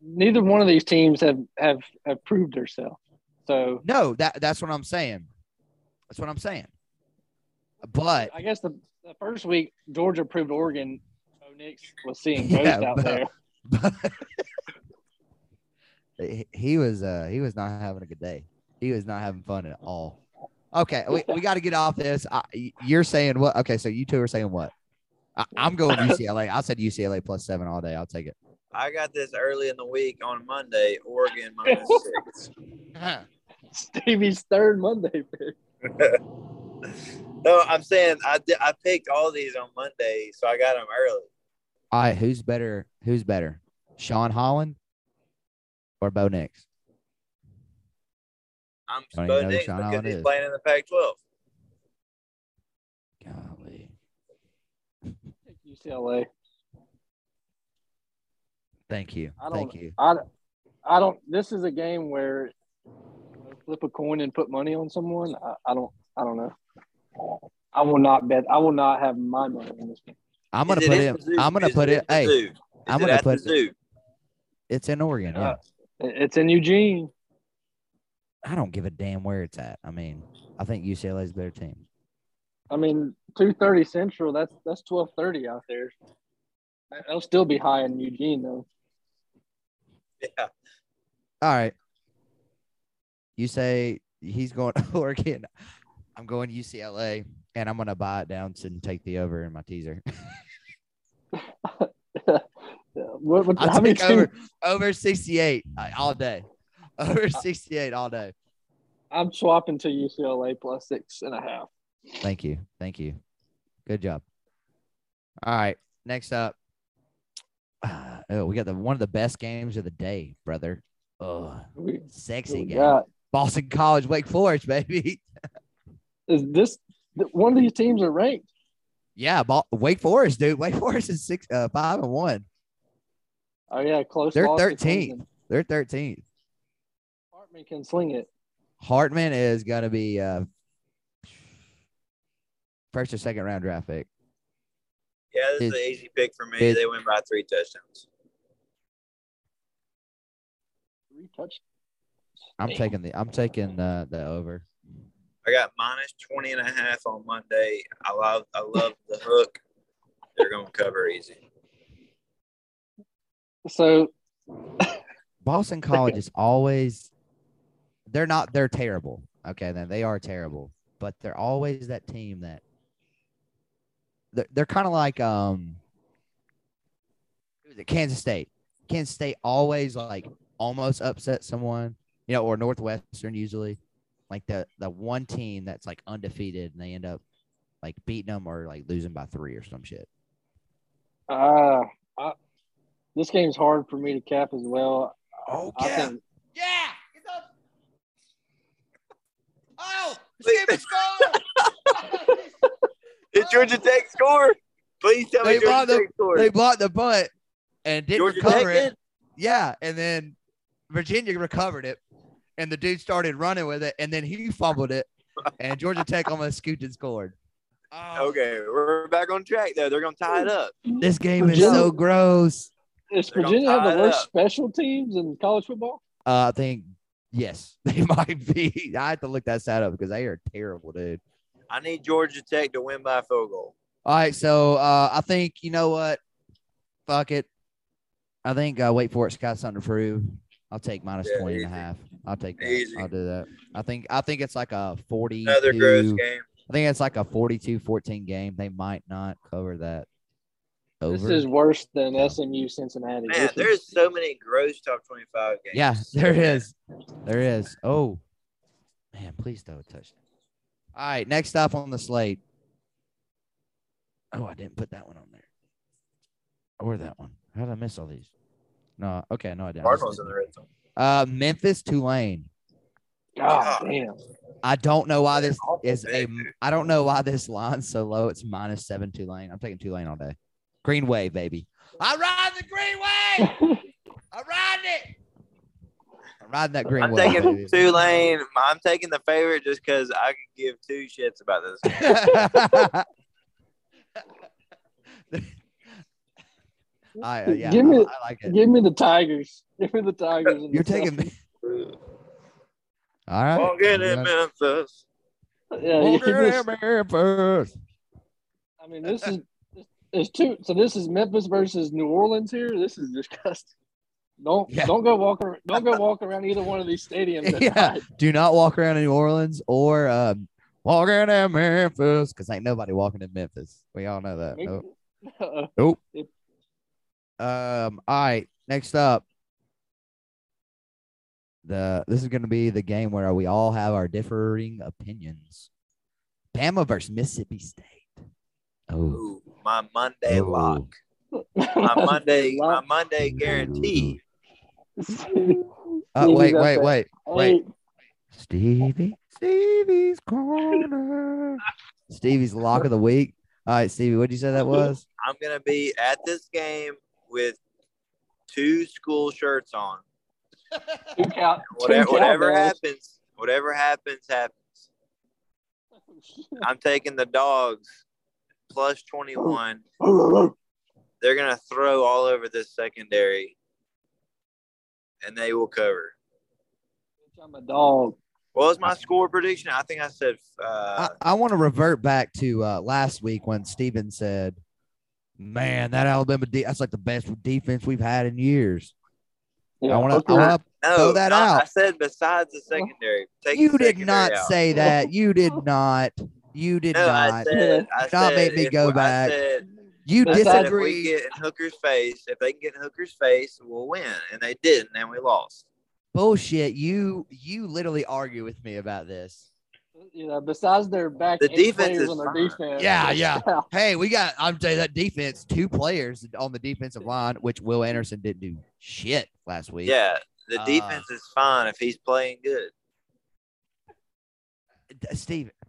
S3: Neither one of these teams have have, have proved herself. So
S1: No, that that's what I'm saying. That's what I'm saying. But
S3: I guess the, the first week Georgia proved Oregon. Bo Nix was seeing
S1: *laughs*
S3: ghosts
S1: Yeah,
S3: out
S1: Bo-
S3: there. *laughs*
S1: he- he was uh he was not having a good day. He was not having fun at all. Okay, we, we got to get off this. I, you're saying what? Okay, so you two are saying what? I, I'm going
S2: *laughs*
S1: UCLA. I said UCLA plus seven all day. I'll take it.
S2: I got this early in the week on Monday, Oregon minus six. *laughs*
S3: Stevie's third Monday pick.
S2: No, I'm saying I, di- I picked all these on Monday, so I got them early.
S1: All right, who's better? Who's better, Sean Holland or Bo Nix?
S2: I'm
S1: Don't even know
S2: Bo
S1: who
S2: Nix
S1: Sean
S2: because
S1: Allen
S2: he's
S1: is.
S2: playing in the Pac-12.
S1: Golly,
S3: UCLA.
S1: thank you,
S3: I don't-
S1: thank you.
S3: I, I don't. This is a game where flip a coin and put money on someone. I, I don't. I don't know. I will not bet. I will not have my money on this game.
S1: I'm gonna
S2: Is
S1: put
S2: in
S1: it.
S2: Mizzou?
S1: I'm gonna
S2: Is
S1: put it.
S2: at
S1: Hey,
S2: Mizzou? Is
S1: I'm
S2: it
S1: gonna
S2: at
S1: put-
S2: Mizzou?
S1: it's in Oregon. Yeah.
S3: Uh, It- It's in Eugene.
S1: I don't give a damn where it's at. I mean, I think UCLA's a better team.
S3: I mean, two thirty Central. That's that's twelve thirty out there. That- That'll still be high in Eugene though.
S2: Yeah.
S1: All right. You say he's going *laughs* to Oregon. I'm going UCLA, and I'm gonna buy it down and take the over in my teaser. *laughs*
S3: Yeah. What, what,
S1: I
S3: how many
S1: take
S3: teams,
S1: over over 68 uh, all day. *laughs* Over 68 all day.
S3: I'm swapping to UCLA plus six and a half.
S1: Thank you. Thank you. Good job. All right. Next up. *sighs* Ah, oh, we got the one of the best games of the day, brother. Oh,
S3: We,
S1: sexy
S3: we
S1: game.
S3: got
S1: Boston College, Wake Forest, *laughs* baby.
S3: is this th- one of these teams are ranked?
S1: yeah, Bo- Wake Forest, dude. Wake Forest is six, uh, five and one.
S3: Oh yeah, close.
S1: They're
S3: loss to
S1: 13th.
S3: Clemson.
S1: They're 13th.
S3: Hartman can sling it.
S1: Hartman is gonna be uh, first or second round draft pick.
S2: Yeah, this is
S1: It-
S2: an easy pick for me.
S1: it-
S2: they win by three touchdowns.
S3: Three touchdowns.
S1: I'm
S3: Dang.
S1: taking the I'm taking uh, the over.
S2: I got minus 20 and a half on Monday. I love I love the hook. They're going to cover easy.
S3: So
S1: Boston College is always they're not they're terrible. Okay, then they are terrible, but they're always that team that they're, they're kind of like um who was it? Kansas State. Kansas State always like almost upset someone, you know, or Northwestern usually. Like the the one team that's like undefeated and they end up like beating them or like losing by three or some shit.
S3: uh, I, this game's hard for me to cap as well.
S1: Oh
S3: I think
S1: Yeah. Get up. Oh,
S2: Please. *laughs*
S1: Stephen *laughs* score.
S2: Did Georgia Tech score? Please tell
S1: They
S2: me Georgia
S1: brought them-
S2: Tech scored.
S1: they blocked the punt and didn't
S2: Georgia Tech
S1: recover it.
S2: did?
S1: Yeah, and then Virginia recovered it, and the dude started running with it, and then he fumbled it, and Georgia Tech almost scooped and scored. Oh,
S2: Okay, we're back on track though. They're going to tie it up.
S1: This game is so gross.
S3: Does
S2: They're gonna
S3: Virginia have
S2: tie
S3: the
S2: it
S3: worst
S2: up.
S3: special teams in college football?
S1: Uh, I think yes, *laughs* they might be. I have to look that side up because they are terrible, dude.
S2: I need Georgia Tech to win by a field goal.
S1: All right, so uh, I think you know what? Fuck it. I think uh, wait for it. Scott's something to prove. I'll take minus
S2: Yeah,
S1: 20 and a
S2: easy.
S1: half. I'll take that.
S2: Easy.
S1: I'll do that. I think I think it's like a 40.
S2: Another gross game.
S1: I think it's like a 42-14 game. They might not cover that over.
S3: This is worse than SMU Cincinnati.
S2: Man,
S3: This is-
S2: there's so many gross top 25 games.
S1: yeah, *laughs* there is. There is. Oh, man, please don't touch that. All right, next up on the slate. Oh, I didn't put that one on there. Or that one. How did I miss all these? No, okay, no, I didn't. I just
S2: Cardinals in
S1: didn't.
S2: the red zone.
S1: Uh, Memphis, Tulane.
S3: God damn.
S1: I don't know why this
S2: Awful
S1: is a.
S2: pick, dude.
S1: I don't know why this line's so low. It's minus seven Tulane. I'm taking Tulane all day. Green way, baby. I ride the green way. I ride it. I'm riding that green
S2: I'm
S1: way.
S2: taking
S1: baby.
S2: Tulane. I'm taking the favorite just because I could give two shits about
S3: *laughs*
S2: this.
S1: *laughs*
S2: game.
S1: I, uh, yeah,
S3: Give me-
S1: I, I like it.
S3: *laughs* Give me the Tigers. Give me the Tigers. and
S1: You're
S3: the
S1: taking me. All right.
S2: Walking in Memphis.
S3: Celtics. *laughs* Yeah,
S1: Walking
S3: you
S1: in
S3: just-
S1: Memphis.
S3: I mean, this is there's two. So this is Memphis versus New Orleans here. This is disgusting. Don't
S1: Yeah.
S3: don't go walk around, don't go walk around either one of these stadiums.
S1: *laughs*
S3: At
S1: Yeah.
S3: night.
S1: do not walk around in New Orleans or um, walking in Memphis because ain't nobody walking in Memphis. We all know that. Nope.
S3: Uh,
S1: Um, all right, next up. The this is going to be the game where we all have our differing opinions. Bama versus Mississippi State. Oh,
S2: Ooh, my Monday
S1: Ooh.
S2: lock.
S3: *laughs*
S2: My Monday, my
S3: Oh. lock.
S2: Monday guarantee.
S1: Uh,
S3: Stevie's
S1: wait,
S3: up
S1: wait,
S3: there.
S1: wait.
S3: Hey,
S1: Stevie, Stevie's corner. Stevie's lock of the week. All right, Stevie, what would you say that was?
S2: I'm gonna be at this game with two school shirts on.
S3: two cow- two
S2: Whatever, whatever
S3: cowboys.
S2: happens, whatever happens, happens. I'm taking the dogs plus 21. They're going to throw all over this secondary and they will cover.
S3: I'm a *laughs* dog.
S2: What was my score prediction? I think I said uh,
S1: I, I want to revert back to uh, last week when Steven said, Man, that Alabama de- that's like the best defense we've had in years.
S3: Yeah,
S1: I want to.
S3: okay.
S1: I want
S2: no.
S1: throw that
S2: no, I
S1: out.
S2: said besides the secondary.
S1: to.
S2: Take
S1: You
S2: the
S1: did
S2: secondary
S1: not
S2: out.
S1: say
S2: *laughs*
S1: that. You did not. You did
S2: No, I
S1: not.
S2: said. I
S1: Do not
S2: said
S1: make me
S2: if-
S1: go
S2: I
S1: back.
S2: said-
S1: you
S2: I said if
S1: disagree.
S2: we get in Hooker's face, if they can get in Hooker's face, we'll win. And they didn't, and we lost.
S1: Bullshit. You you literally argue with me about this.
S3: You know, besides their back,
S2: The
S3: eight
S2: defense
S3: players
S2: is
S3: on their
S2: fine.
S3: defense.
S1: Yeah, yeah. Hey, we got. I'm telling you that defense. Two players on the defensive line, which Will Anderson didn't do shit last week.
S2: Yeah, the
S1: Uh,
S2: defense is fine if he's playing good.
S1: D- Steven.
S3: *laughs*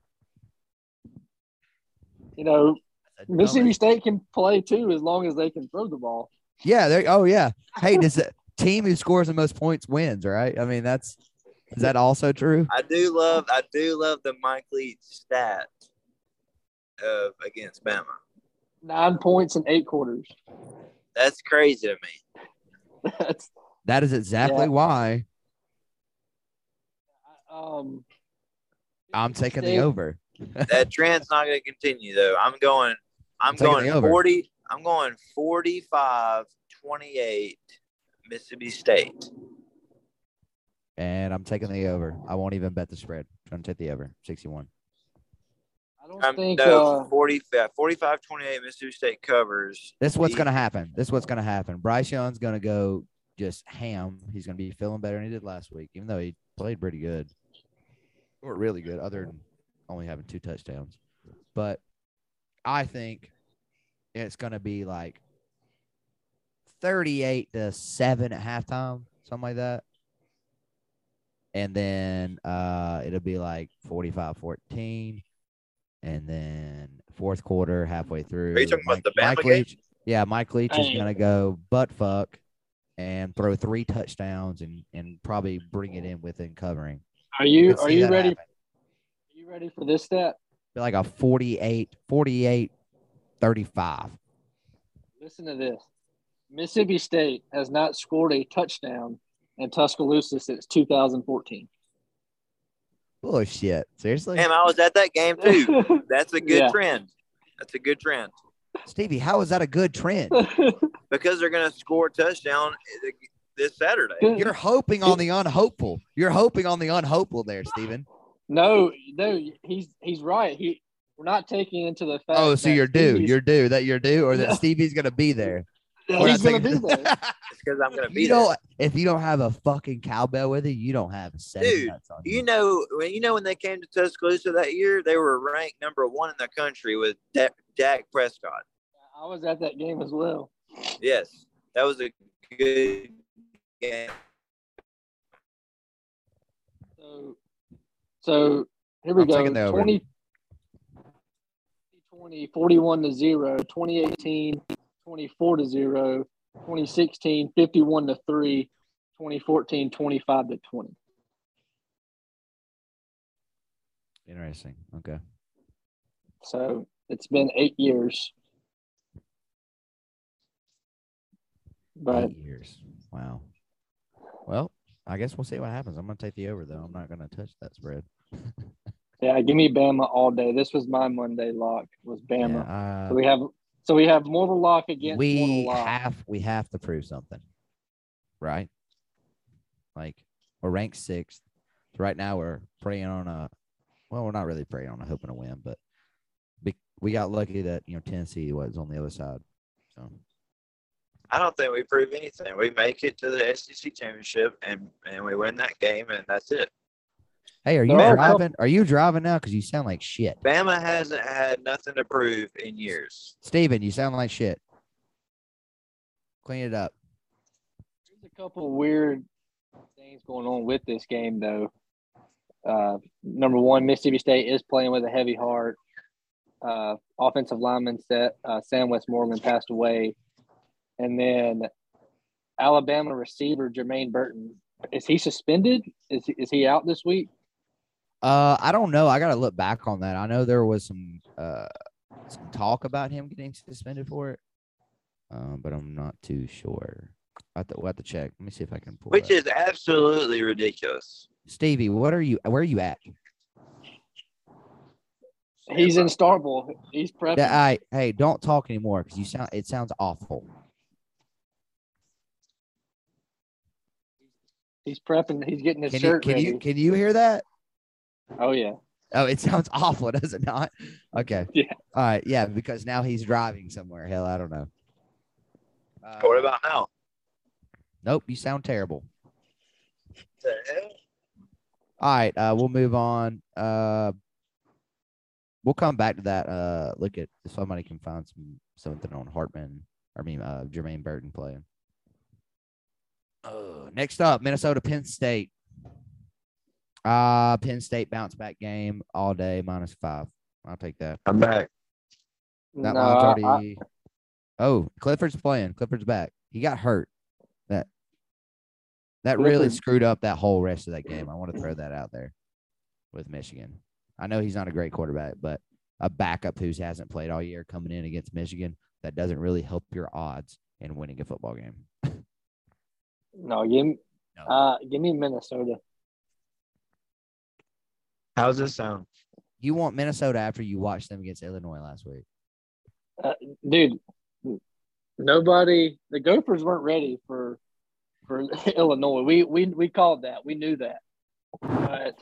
S3: You know,
S1: that's a
S3: Mississippi
S1: dumbass.
S3: State can play too as long as they can throw the ball.
S1: Yeah. There, oh, yeah. Hey, does the team who scores the most points wins? Right. I mean, that's is that also true?
S2: I do love, I do love the Mike Leach stat of against Bama.
S3: Nine points in eight quarters. *laughs*
S2: That's crazy to me.
S3: That's
S1: That is exactly
S3: Yeah.
S1: why
S3: um.
S1: I'm taking
S3: State-
S1: the over.
S2: That trend's not going to continue though. I'm going, I'm,
S1: I'm taking the
S2: going
S1: over.
S2: forty. I'm going 45, 28 Mississippi State.
S1: And I'm taking the over. I won't even bet the spread. trying to take the over. 61.
S3: I don't
S1: Um,
S2: I'm,
S3: think.
S2: Um, no,
S3: uh,
S2: 40, 45, 28 Mississippi
S1: *laughs*
S2: State covers.
S1: That's what's
S2: The-
S1: going to happen. That's what's going to happen. Bryce Young's going to go just ham. He's going to be feeling better than he did last week, even though he played pretty good or really good, other than only having two touchdowns. But I think it's going to be like 38 to 7 at halftime, something like that. And then uh, it'll be like 45 14. And then fourth quarter, halfway through.
S2: talking about the Bama
S1: Mike
S2: game?
S1: Leach, yeah, Mike Leach is
S3: Hey.
S1: going to go butt fuck and throw three touchdowns and, and probably bring it in within covering.
S3: Are you
S1: Could
S3: are
S1: see
S3: you
S1: that
S3: ready?
S1: happen.
S3: Are you ready for this stat?
S1: Be Like a 48, 48, 35.
S3: Listen to this. Mississippi State has not scored a touchdown and Tuscaloosa since 2014.
S1: Bullshit. Seriously?
S2: Damn, I was at that game
S3: *laughs*
S2: too. That's a good
S3: Yeah.
S2: trend. That's a good trend
S1: Stevie, how is that a good
S3: *laughs*
S1: trend?
S2: because they're going to score a touchdown i- this Saturday.
S1: You're hoping
S3: *laughs*
S1: on the unhopeful. You're hoping on the unhopeful there, Steven.
S3: no, no, he's he's right. He we're not taking into the fact.
S1: Oh, so
S3: that
S1: you're due.
S3: Stevie's-
S1: You're due that you're due or that
S3: No.
S1: Stevie's going to be there.
S3: that
S1: We're
S3: he's
S1: not
S3: gonna be
S1: taking-
S3: there.
S2: It's because I'm going to be
S1: you don't, if you don't have a fucking cowbell with you, you don't have a set of
S2: Dude,
S1: nuts on
S2: there.
S1: you.
S2: You know, when you know when they came to Tuscaloosa that year, they were ranked number one in the country with Dak, Dak Prescott.
S3: I was at that game as well.
S2: Yes, that was a good game.
S3: So, so here we
S1: I'm
S3: go.
S1: taking the over.
S3: 20, 20, 41 to 0, 2018, 24 to 0, 2016, 51 to 3, 2014, 25 to 20.
S1: Interesting. Okay.
S3: So it's been eight years. But
S1: Eight years. Wow. Well, I guess we'll see what happens. I'm going to take the over, though. I'm not going to touch that spread.
S3: yeah, give me Bama all day. This was my Monday lock was Bama.
S1: Yeah,
S3: so we have so we have more of a lock
S1: uh,
S3: against
S1: we
S3: mortal lock.
S1: have we have to prove something, right? Like we're ranked sixth. So right now we're praying on a well, we're not really praying on a hoping to win, but be, we got lucky that you know Tennessee was on the other side. So
S2: I don't think we prove anything. We make it to the SEC championship and, and we win that game, and that's it.
S1: hey, are you
S3: There are a couple-
S1: driving? Are you driving now? Because you sound like shit,
S2: Bama hasn't had nothing to prove in years.
S1: Steven, You sound like shit. Clean it up.
S3: There's a couple weird things going on with this game, though. Uh, number one, Mississippi State is playing with a heavy heart. Uh, offensive lineman set, uh, Sam Westmoreland passed away, and then Alabama receiver Jermaine Burton is he suspended? Is is he out this week?
S1: Uh, I don't know. I gotta look back on that. I know there was some uh some talk about him getting suspended for it, um, but I'm not too sure. I have to, we'll have to check. Let me see if I can pull.
S2: which
S1: that.
S2: is absolutely ridiculous.
S1: Stevie? What are you? Where are you at?
S3: He's in Starville. He's prepping.
S1: Yeah, I, hey, don't talk anymore because you sound. It sounds awful.
S3: he's prepping. He's getting his
S1: Can you
S3: shirt
S1: can
S3: ready.
S1: you can you hear that?
S3: oh yeah.
S1: Oh, it *laughs* sounds awful, does it not? Okay.
S3: Yeah.
S1: All right. Yeah, because now he's driving somewhere. Hell, I don't know. Uh,
S2: What about now?
S1: Nope, you sound terrible. All right, uh, we'll move on. Uh, we'll come back to that. Uh, look at if somebody can find some something on Hartman. I mean, uh, Jermaine Burton playing. Uh, next up, Minnesota Penn State. Uh, Penn State bounce back game all day minus five. I'll take that.
S2: I'm back.
S1: That
S3: No,
S1: line's
S3: I-
S1: already. Oh, Clifford's playing. Clifford's back. He got hurt. That that really
S3: Clifford-
S1: screwed up that whole rest of that game. I want to throw that out there with Michigan. I know he's not a great quarterback, but a backup who hasn't played all year coming in against Michigan that doesn't really help your odds in winning a football game.
S3: no, give me,
S1: No.
S3: uh, give me Minnesota.
S2: How's this sound?
S1: You want Minnesota after you watched them against Illinois last week.
S3: dude. Nobody, the Gophers weren't ready for for *laughs* Illinois. We we we called that. We knew that. But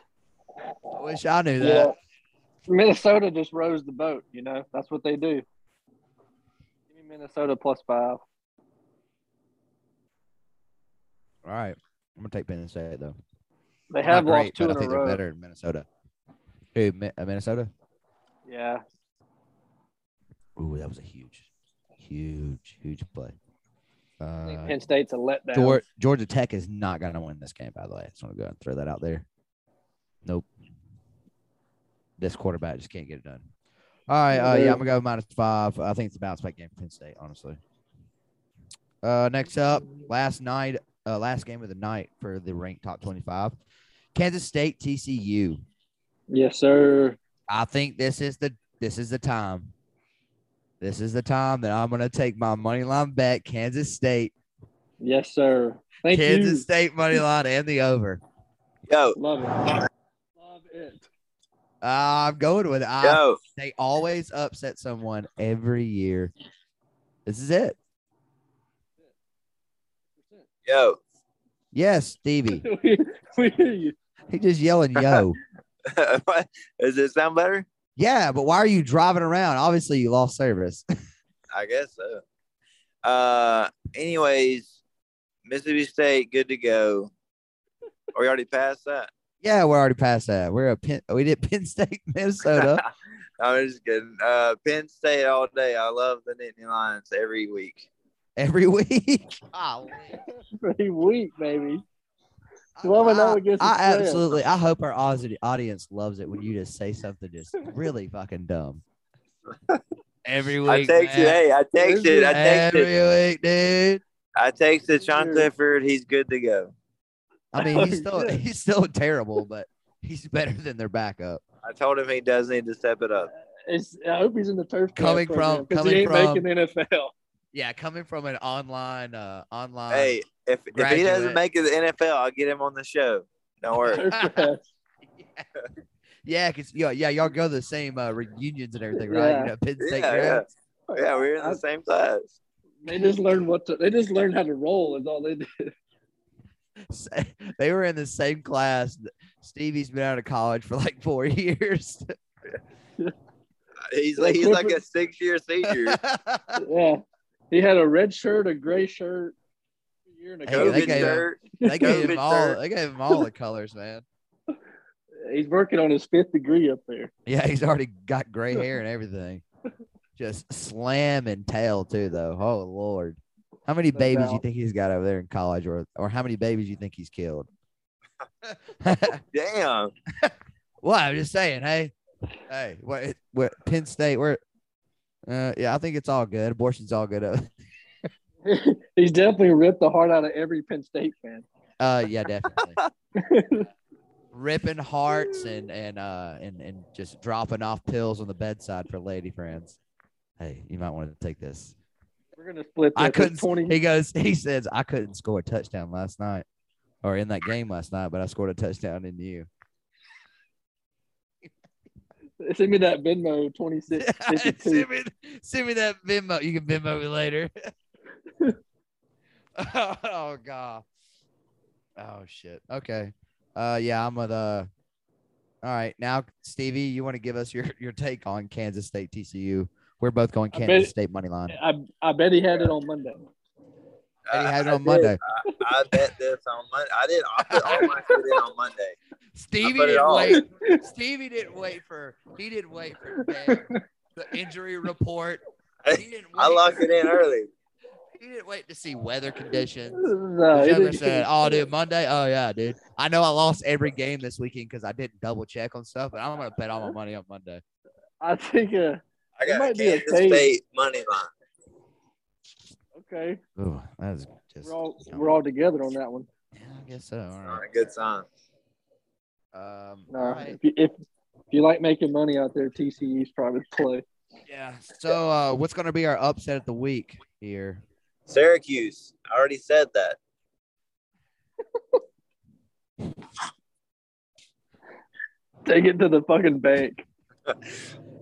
S1: I wish I knew that.
S3: yeah, Minnesota just rose the boat. You know, that's what they do. Give me Minnesota plus five.
S1: All right, I'm gonna take Penn State though.
S3: They
S1: Not
S3: have
S1: great,
S3: lost two
S1: but
S3: in
S1: I
S3: a
S1: think they're
S3: row.
S1: better in Minnesota. Dude, Mi- uh, Minnesota.
S3: Yeah,
S1: Ooh, that was a huge, huge, huge play.
S3: I think
S1: Uh,
S3: Penn State's a letdown.
S1: Georgia, Georgia Tech is not going to win this game, by the way. I just want to go ahead and throw that out there. Nope. This quarterback just can't get it done. All right. Uh, yeah, I'm going to go minus five. I think it's a bounce back game for Penn State, honestly. Uh, next up, last night, uh, last game of the night for the ranked top 25, Kansas State TCU.
S3: Yes, sir.
S1: I think this is the this is the time. This is the time that I'm gonna take my money line bet Kansas State
S3: Yes, sir. Thank
S1: Kansas
S3: you.
S1: State money line and the over.
S2: Yo,
S3: Love it. Love it. *laughs*
S1: Uh, I'm going with it.
S3: Uh,
S1: I,
S2: yo,
S1: They always upset someone every year. This is it.
S2: yo. *laughs*
S1: Yes, Stevie.
S3: we, we hear you.
S1: He just yelling
S3: *laughs*
S1: yo.
S2: Does it sound better?
S1: Yeah, but why are you driving around? Obviously, you lost service. *laughs*
S2: I guess so. Uh, anyways, Mississippi State, good to go. Are we already past that?
S1: yeah, we're already past that. We're a Penn. We did Penn State, *laughs* Minnesota.
S2: I'm just kidding. Uh, Penn State all day. I love the Nittany Lions every week.
S1: every week. Golly.
S3: Pretty weak,
S1: I-
S3: baby. Love it
S1: I,
S3: though against
S1: I
S3: the spread.
S1: absolutely. I hope our Aussie audience loves it when you just say something just really
S3: *laughs*
S1: fucking dumb. Every week.
S2: I text you. Hey, I text it. I text
S1: Every
S2: it.
S1: week, dude.
S2: I text it. Sean Clifford. He's good to go.
S1: I mean,
S3: *laughs*
S1: he's
S3: Oh,
S1: still
S3: yeah.
S1: he's still terrible, but he's better than their backup.
S2: I told him he does need to step it up.
S3: It's, I hope he's in the turf. camp
S1: Coming
S3: program,
S1: from-
S3: 'cause
S1: coming
S3: he ain't
S1: from-
S3: making the NFL.
S1: Yeah, coming from an online uh online
S2: Hey, if, if he
S1: graduate.
S2: doesn't make it to the NFL, I'll get him on the show. Don't worry.
S3: *laughs* Turf camp.
S1: Yeah, cause yeah, yeah, y'all go to the same uh, reunions and everything, right?
S3: Yeah.
S1: You know, Penn State
S2: Yeah,
S1: *laughs*
S2: yeah.
S1: grads.
S2: Yeah, we're in the same class.
S3: They just learned what to. They just learned how to roll. Is all they
S1: *laughs*
S3: did.
S1: S- They were in the same class. Stevie's been out of college for like four *laughs* years.
S2: He's like he's like a six year senior.
S1: hey,
S3: Yeah, he had a red shirt, a gray shirt, a year and
S1: *laughs*
S3: a
S1: Hey, that
S2: COVID
S1: guy-
S3: COVID.
S2: shirt.
S3: *laughs*
S1: they gave him
S2: Covid
S1: all.
S2: shirt.
S1: They gave him all the colors, man.
S3: He's working on his fifth degree up there. *laughs*
S1: Yeah, he's already got gray hair and everything. Just slamming tail too, though. Oh Lord, how many
S3: No
S1: babies you
S3: doubt.
S1: think he's got over there in college, or or how many babies you think he's killed?
S2: Damn.
S1: well, I'm just saying, hey, hey, what, what Penn State? Where? Uh, yeah, I think it's all good. Abortion's all good. Uh,
S3: He's definitely ripped the heart out of every Penn State fan.
S1: uh yeah, definitely. Ripping hearts and and uh and and just dropping off pills on the bedside for lady friends. Hey, you might want to take this.
S3: We're gonna split. This.
S1: I
S3: It's
S1: couldn't.
S3: Twenty.
S1: He goes. He says I couldn't score a touchdown last night, or in that game last night, but I scored a touchdown in you.
S3: *laughs* Send me that Venmo twenty six fifty
S1: *laughs*
S3: two.
S1: send, me, send me that Venmo. You can Venmo me later. *laughs* oh god. Oh shit. Okay. Uh, yeah, I'm with uh. All right, now Stevie, you want to give us your your take on Kansas State TCU? We're both going
S3: I bet-
S1: Kansas State money line.
S3: I I bet he had it on Monday.
S1: And he
S2: I,
S1: had it
S2: I
S1: on
S2: did-
S1: Monday.
S2: I bet this on Monday. I did. I put all my shit in on Monday.
S1: Stevie
S2: put it
S1: didn't
S2: all. *laughs*
S1: wait. Stevie didn't wait for. He didn't wait for the, the injury report. He didn't wait. *laughs*
S2: I locked it in early.
S1: He didn't wait to see weather conditions.
S3: No, he
S1: Trevor
S3: didn't- *laughs*
S1: said, "Oh, dude, Monday. Oh yeah, dude. I know I lost every game this weekend because I didn't double check on stuff, but I'm gonna bet all my money on Monday.
S3: I think. Uh,
S2: I
S3: It
S2: got
S3: might be a
S2: Kansas
S3: fade.
S2: State money line.
S3: okay,
S1: Ooh, that is just.
S3: we're all we're all together on that one.
S1: Yeah, I guess so. All
S2: All
S1: right.
S2: right, good sign.
S1: Um,
S3: No,
S1: all right.
S3: if, you, if if you like making money out there, TCU's probably the *laughs* play.
S1: Yeah. So, uh, what's gonna be our upset of the week here?
S2: Syracuse. I already said that.
S3: Take it to the fucking bank.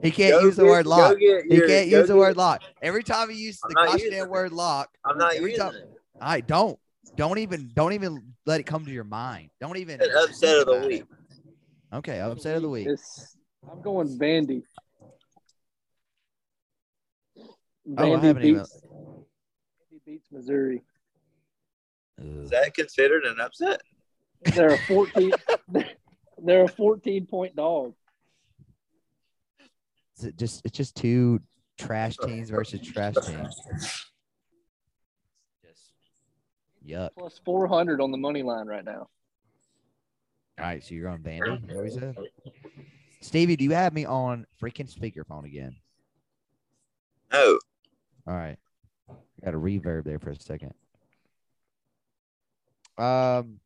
S1: He can't
S2: Go
S1: use the
S2: get-
S1: word
S2: go
S1: lock.
S2: get
S1: He
S2: your-
S1: can't
S2: go
S1: use the
S2: get-
S1: word lock. Every time he uses
S2: I'm
S1: the
S2: not
S1: gosh
S2: using
S1: damn
S2: it.
S1: word lock,
S2: I'm not
S1: every
S2: using
S1: time-
S2: it.
S1: I don't. Don't even don't even let it come to your mind. Don't even
S2: An upset of
S1: think
S2: the
S1: about
S2: week.
S1: it. Okay, upset of the week.
S3: It's, I'm going Vandy.
S1: Oh, I haven't even-
S3: beats, Vandy beats Missouri.
S1: Ugh.
S2: Is that considered an upset?
S3: They're a 14. *laughs* they're a 14 point dog.
S1: Is it just it's just two trash teams versus trash teams. Yuck.
S3: Plus 400 on the money line right now.
S1: All right, so you're on Vandy. Is that what we said? Stevie, do you have me on freaking speakerphone again?
S2: No.
S1: All right. Got a reverb there for a second. Um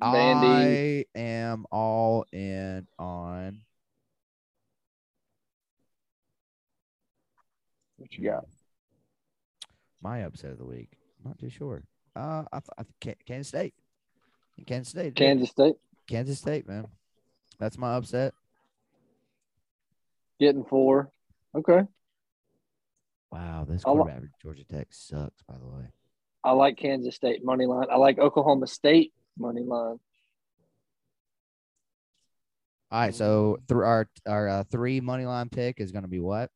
S3: Vandy.
S1: I am all in on
S3: What you got?
S1: my upset of the week. I'm not too sure. Uh, I, th- I th- Ka- Kansas State. Kansas State. did it.
S3: Kansas State
S1: Kansas State, man. That's my upset.
S3: getting four. Okay.
S1: Wow, this
S3: I li-
S1: quarterback at Georgia Tech sucks. By the way,
S3: I like Kansas State money line. I like Oklahoma State money line. *laughs*
S1: all right. So through our our uh, three money line pick is going to be what?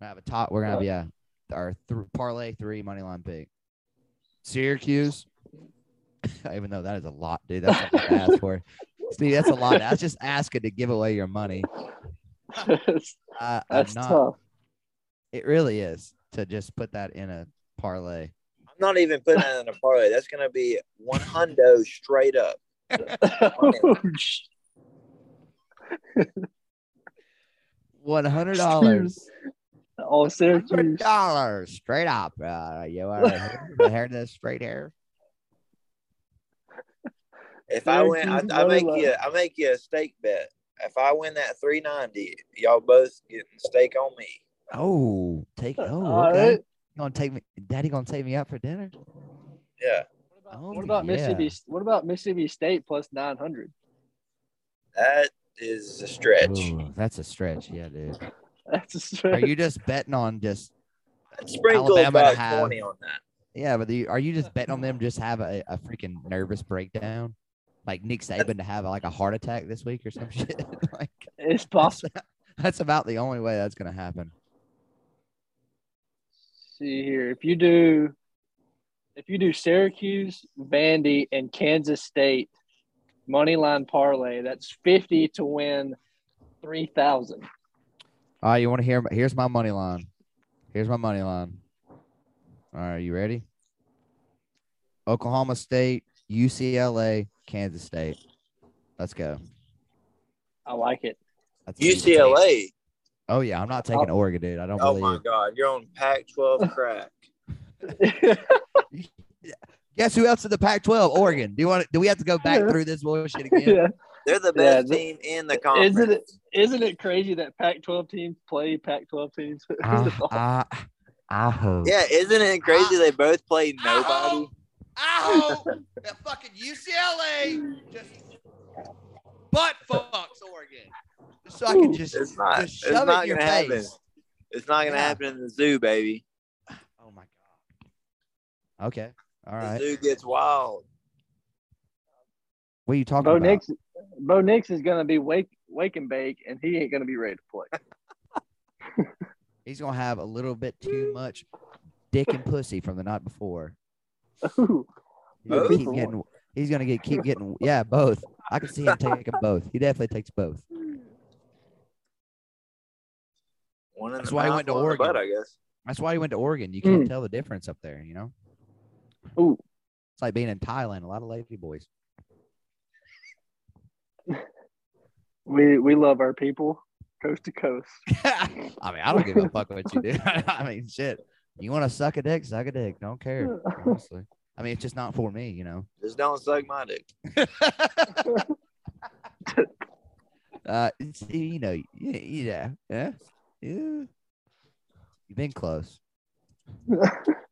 S1: We're gonna have a top. We're gonna have yeah, our th- parlay three money line pick. Syracuse. *laughs* Even though that is a lot, dude. That's a lot to ask
S3: *laughs*
S1: for. Steve, that's a lot. That's just asking to give away your money.
S3: That's
S1: I, I'm not.
S3: tough.
S1: It really is to just put that in a parlay.
S2: I'm not even putting that in a parlay. That's gonna be one hundo straight up.
S1: *laughs* One hundred dollars.
S3: *laughs* All
S1: hundred
S3: Syracuse.
S1: dollars straight up. Uh, you
S3: *laughs*
S1: want to hair the straight hair?
S2: If I win, I,
S3: Syracuse
S2: I
S3: money
S2: make
S3: line.
S2: you. I make you a steak bet. If I win that 390, y'all both getting steak on me.
S1: Oh, take. Oh,
S3: All
S1: okay.
S3: right.
S1: You gonna take me? Daddy gonna take me out for dinner?
S2: Yeah,
S3: What about,
S1: Oh,
S3: what about
S1: yeah.
S3: Mississippi? What about Mississippi State plus nine hundred? *laughs*
S2: that is a stretch.
S1: Ooh, that's a stretch. Yeah, dude.
S3: That's a
S1: Are
S3: stretch.
S1: you just betting on just?
S2: I'd sprinkle
S1: Alabama
S2: about
S1: have-
S2: 20 on that.
S1: Yeah, but the, are you just betting on them? Just have a, a freaking nervous breakdown, like Nick Saban to have like a heart attack this week or some *laughs* shit. like
S3: it's
S1: that's,
S3: possible.
S1: that's about the only way that's gonna happen.
S3: See here, if you do, if you do Syracuse, Vandy, and Kansas State money line parlay, that's fifty to win three thousand.
S1: All right, you want to hear? Here's my money line. Here's my money line. All right, you ready? Oklahoma State, UCLA, Kansas State. Let's go.
S3: I like it.
S1: That's an easy take.
S2: UCLA.
S1: Oh yeah, I'm not taking Oregon, dude. I don't
S2: Oh
S1: believe.
S2: my God, you're on
S3: *laughs*
S2: Pac-12 crack.
S1: Guess who else in the Pac-12? Oregon. Do you want? Do we have to go back
S3: Yeah.
S1: through this bullshit again?
S3: *laughs* yeah.
S2: They're the
S3: Yeah,
S2: best
S3: the-
S2: team in the conference.
S3: Isn't it? Isn't it crazy that Pac-12 teams play Pac-12 teams? *laughs*
S1: Uh, I, I, Ah, I hope.
S2: Yeah, isn't it crazy they both played nobody?
S4: I hope that fucking UCLA just butt fucks Oregon.
S1: So I can
S3: Ooh.
S1: just,
S2: It's not.
S1: just
S2: It's
S1: shove it
S2: not
S1: in your
S2: gonna happen.
S1: face.
S2: It's not gonna
S1: Yeah.
S2: happen in the zoo, baby.
S1: Oh my god. Okay. All
S2: The
S1: right.
S2: zoo gets wild.
S1: What are you talking
S3: Bo
S2: Oh,
S1: about?
S3: Nix, Bo Nix is gonna be wake wake and bake, and he ain't gonna be ready to play.
S1: He's gonna have a little bit too much dick and pussy from the night before.
S3: Ooh,
S1: He's gonna
S2: Both?
S1: keep getting. He's gonna get keep getting. Yeah, both. I can see him taking both. He definitely takes both.
S2: One in
S1: That's
S2: the
S1: why I
S2: mouth,
S1: went to
S2: one in the
S1: Oregon.
S2: butt, I guess.
S1: That's why he went to Oregon. You
S2: Hmm.
S1: can't tell the difference up there. You know,
S3: ooh,
S1: it's like being in Thailand. A lot of lady boys.
S3: we we love our people, coast to coast.
S1: *laughs* I mean, I don't give a fuck what you do. *laughs* I mean, shit. You want to suck a dick? Suck a dick. Don't care. Honestly, I mean, it's just not for me. You know.
S2: Just don't suck my dick.
S1: Uh, it's, you know, yeah, yeah, yeah, yeah. You've been close.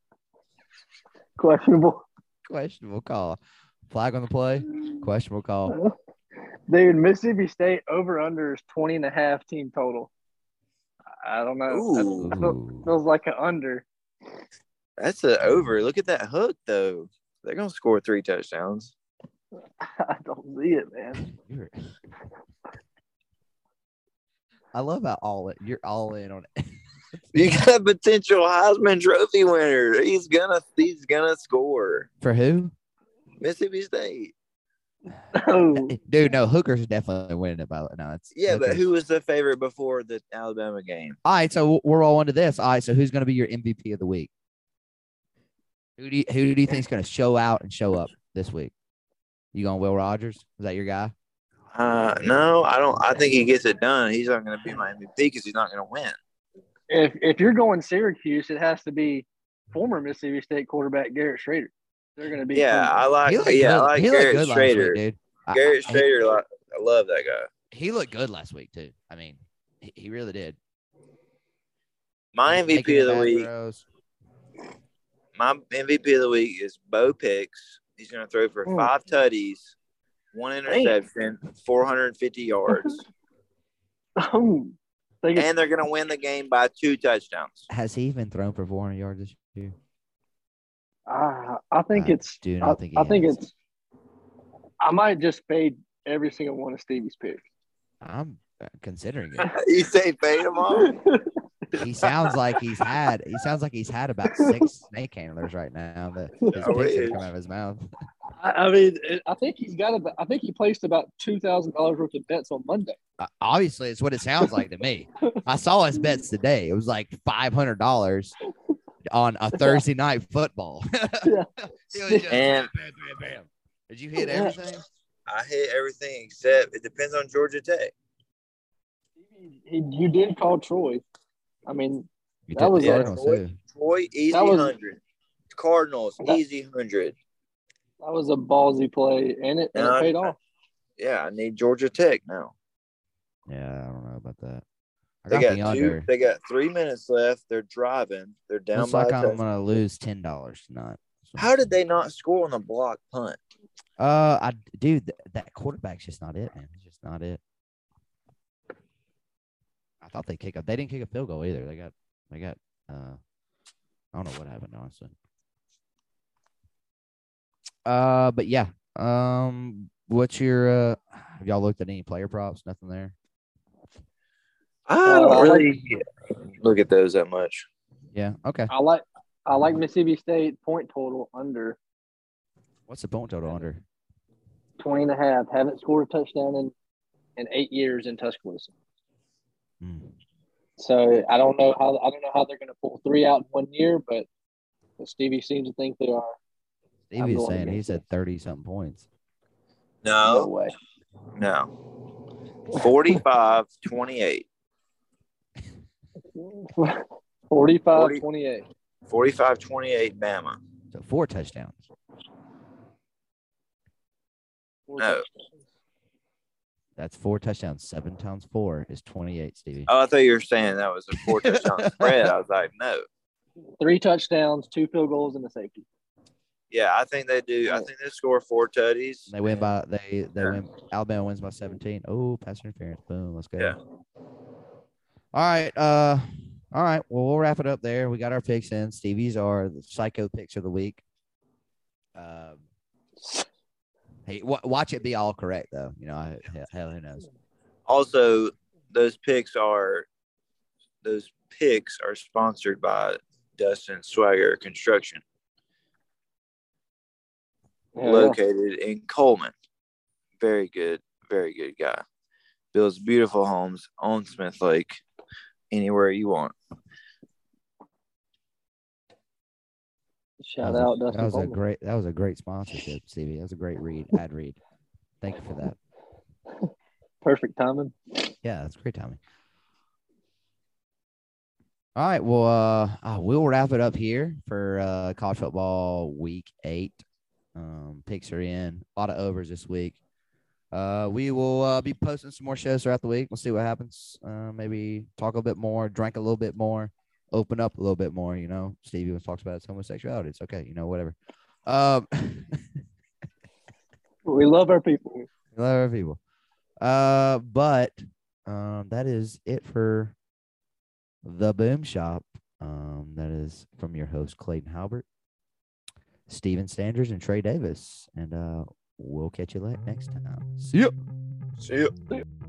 S3: *laughs* Questionable,
S1: Questionable call. Flag on the play. Questionable call.
S3: dude. Mississippi State over under is 20 and a half team total. I don't know.
S2: Ooh.
S3: That feel-
S1: Ooh.
S3: feels like an under. *laughs*
S2: That's an over. Look at that hook, though. They're gonna score three touchdowns.
S3: I don't see it, man.
S1: *laughs* You're- I love how all in, you're all in on it.
S2: You got a potential Heisman Trophy winner. He's gonna. He's gonna score.
S1: For who?
S2: Mississippi State.
S3: Oh,
S1: Dude, no, Hooker's definitely winning it by the no, it's
S2: Yeah, but
S1: Hooker.
S2: who was the favorite before the Alabama game?
S1: all right, so we're all into this. All right, so who's gonna be your MVP of the week? Who do you who do you think's gonna show out and show up this week? You going Will Rogers? Is that your guy?
S2: Uh, no, I don't. I think he gets it done. He's not gonna be my MVP because he's not gonna win.
S3: if if you're going Syracuse, it has to be former Mississippi State quarterback Garrett Schrader. They're gonna be
S2: Yeah, I like.
S1: He looked
S2: Uh, Yeah, I
S1: good-
S2: like
S1: he looked
S2: Garrett
S1: good last
S2: Schrader.
S1: Week, dude. I- I-
S2: Garrett
S1: he-
S2: Schrader, like, I love that guy.
S1: He looked good last week too. I mean, he, he really did.
S2: My
S1: He was making
S2: MVP of the
S1: bad
S2: week
S1: throws.
S2: my MVP of the week is Bo Picks. He's going to throw for
S3: Mm.
S2: five tutties, one interception, 450 yards,
S3: *laughs* Oh, they get-
S2: and they're going to win the game by
S1: *laughs*
S2: two touchdowns.
S1: Has he even thrown for 400 yards this year?
S3: Ah, I think
S1: I
S3: it's.
S1: do
S3: I,
S1: not think he
S3: I think
S1: has.
S3: it's. I might just fade every single one of Stevie's picks.
S1: I'm uh, considering it.
S2: You say fade them all?
S1: He sounds like he's had. He sounds like he's had about
S2: *laughs*
S1: six snake handlers right now. That his
S2: Oh,
S1: picks
S2: it
S1: are
S2: is.
S1: coming out of his mouth.
S3: *laughs* I, I mean, it- I think he's got about. I think he placed about two thousand dollars worth of bets on Monday.
S1: Uh, Obviously, it's what it sounds like to me. I saw his bets today. It was like five hundred dollars on a Thursday night football. *laughs* It was just
S2: And-
S1: bam, bam, bam. Did you hit everything?
S2: I hit everything except it depends on Georgia Tech.
S3: He, you did call Troy. I mean,
S1: You
S3: That
S1: took
S3: was
S1: the
S2: Yeah.
S1: Cardinals too.
S2: Troy, easy
S3: That was-
S2: 100. Cardinals,
S3: That-
S2: easy 100.
S3: that was a ballsy play, and it, and
S2: And
S3: it
S2: I-
S3: paid off.
S2: Yeah, I need Georgia Tech now.
S1: Yeah, I don't know about that. I
S2: They
S1: got,
S2: got
S1: the
S2: two.
S1: under.
S2: They got three minutes left. They're driving. They're down
S1: Looks
S2: by.
S1: like
S2: a
S1: I'm
S2: touch-
S1: gonna lose ten dollars tonight. So-
S2: How did they not score on the block punt?
S1: Uh, I dude, th- that quarterback's just not it, man. It's just not it. I thought they kick up. They didn't kick a field goal either. They got, they got. Uh, I don't know what happened honestly. Uh, but yeah. Um, what's your? Uh, have y'all looked at any player props? Nothing there.
S2: I
S3: Uh,
S2: don't really look at those that much.
S1: Yeah. Okay.
S3: I like. I like Mississippi State point total under
S1: What's the point total under?
S3: 20 and a half. Haven't scored a touchdown in, in eight years in Tuscaloosa.
S1: Hmm.
S3: So I don't know how I don't know how they're going to pull three out in one year, but, but Stevie seems to think they are.
S1: Stevie was
S3: going
S1: saying he
S3: against
S1: said thirty something points.
S3: No
S2: No,
S3: way. *laughs*
S2: no. 45 28.
S3: 45
S2: Forty-
S3: 28.
S2: 45 28 Bama.
S1: So four touchdowns.
S2: No.
S1: That's four touchdowns. Seven times four is twenty-eight. Stevie.
S2: Oh, I thought you were saying that was a
S1: *laughs*
S2: four touchdown spread. I was like, no.
S3: Three touchdowns, two field goals, and a safety.
S2: Yeah, I think they do. I think they score four tutties.
S1: They win by they they
S2: Yeah.
S1: win. Alabama wins by seventeen. Oh, pass interference. Boom. Let's go.
S2: Yeah.
S1: All right. Uh. All right. Well, we'll wrap it up there. We got our picks in. Stevie's are the psycho picks of the week. Um. Hey, wa watch it be all correct though. You know, I, hell- hell, who knows?
S2: Also, those picks are those picks are sponsored by Dustin Swagger Construction.
S3: Yeah,
S2: located in Coleman. Very good, very good guy. Builds beautiful homes on Smith Lake, anywhere you want.
S3: Shout
S1: That
S3: out
S1: was a-
S3: Dustin
S1: That was a
S3: Coleman.
S1: great. That was a great sponsorship, Stevie. That was a great read. Ad read. Thank you for that.
S3: Perfect timing.
S1: Yeah, that's great timing. All right, well, uh, uh, we'll wrap it up here for uh, college football week eight. Um, picks are in. A lot of overs this week. Uh, we will uh, be posting some more shows throughout the week. We'll see what happens. Uh, maybe talk a bit more, drink a little bit more, open up a little bit more. You know, Stevie was talks about his homosexuality. It's okay. You know, whatever. Um, *laughs*
S3: We love our people.
S1: A lot of people. Uh, but um, that is it for the Boom Shop. Um, that is from your host Clayton Halbert, Steven Sanders, and Trey Davis, and uh, we'll catch you la- next time. See ya.
S2: See ya.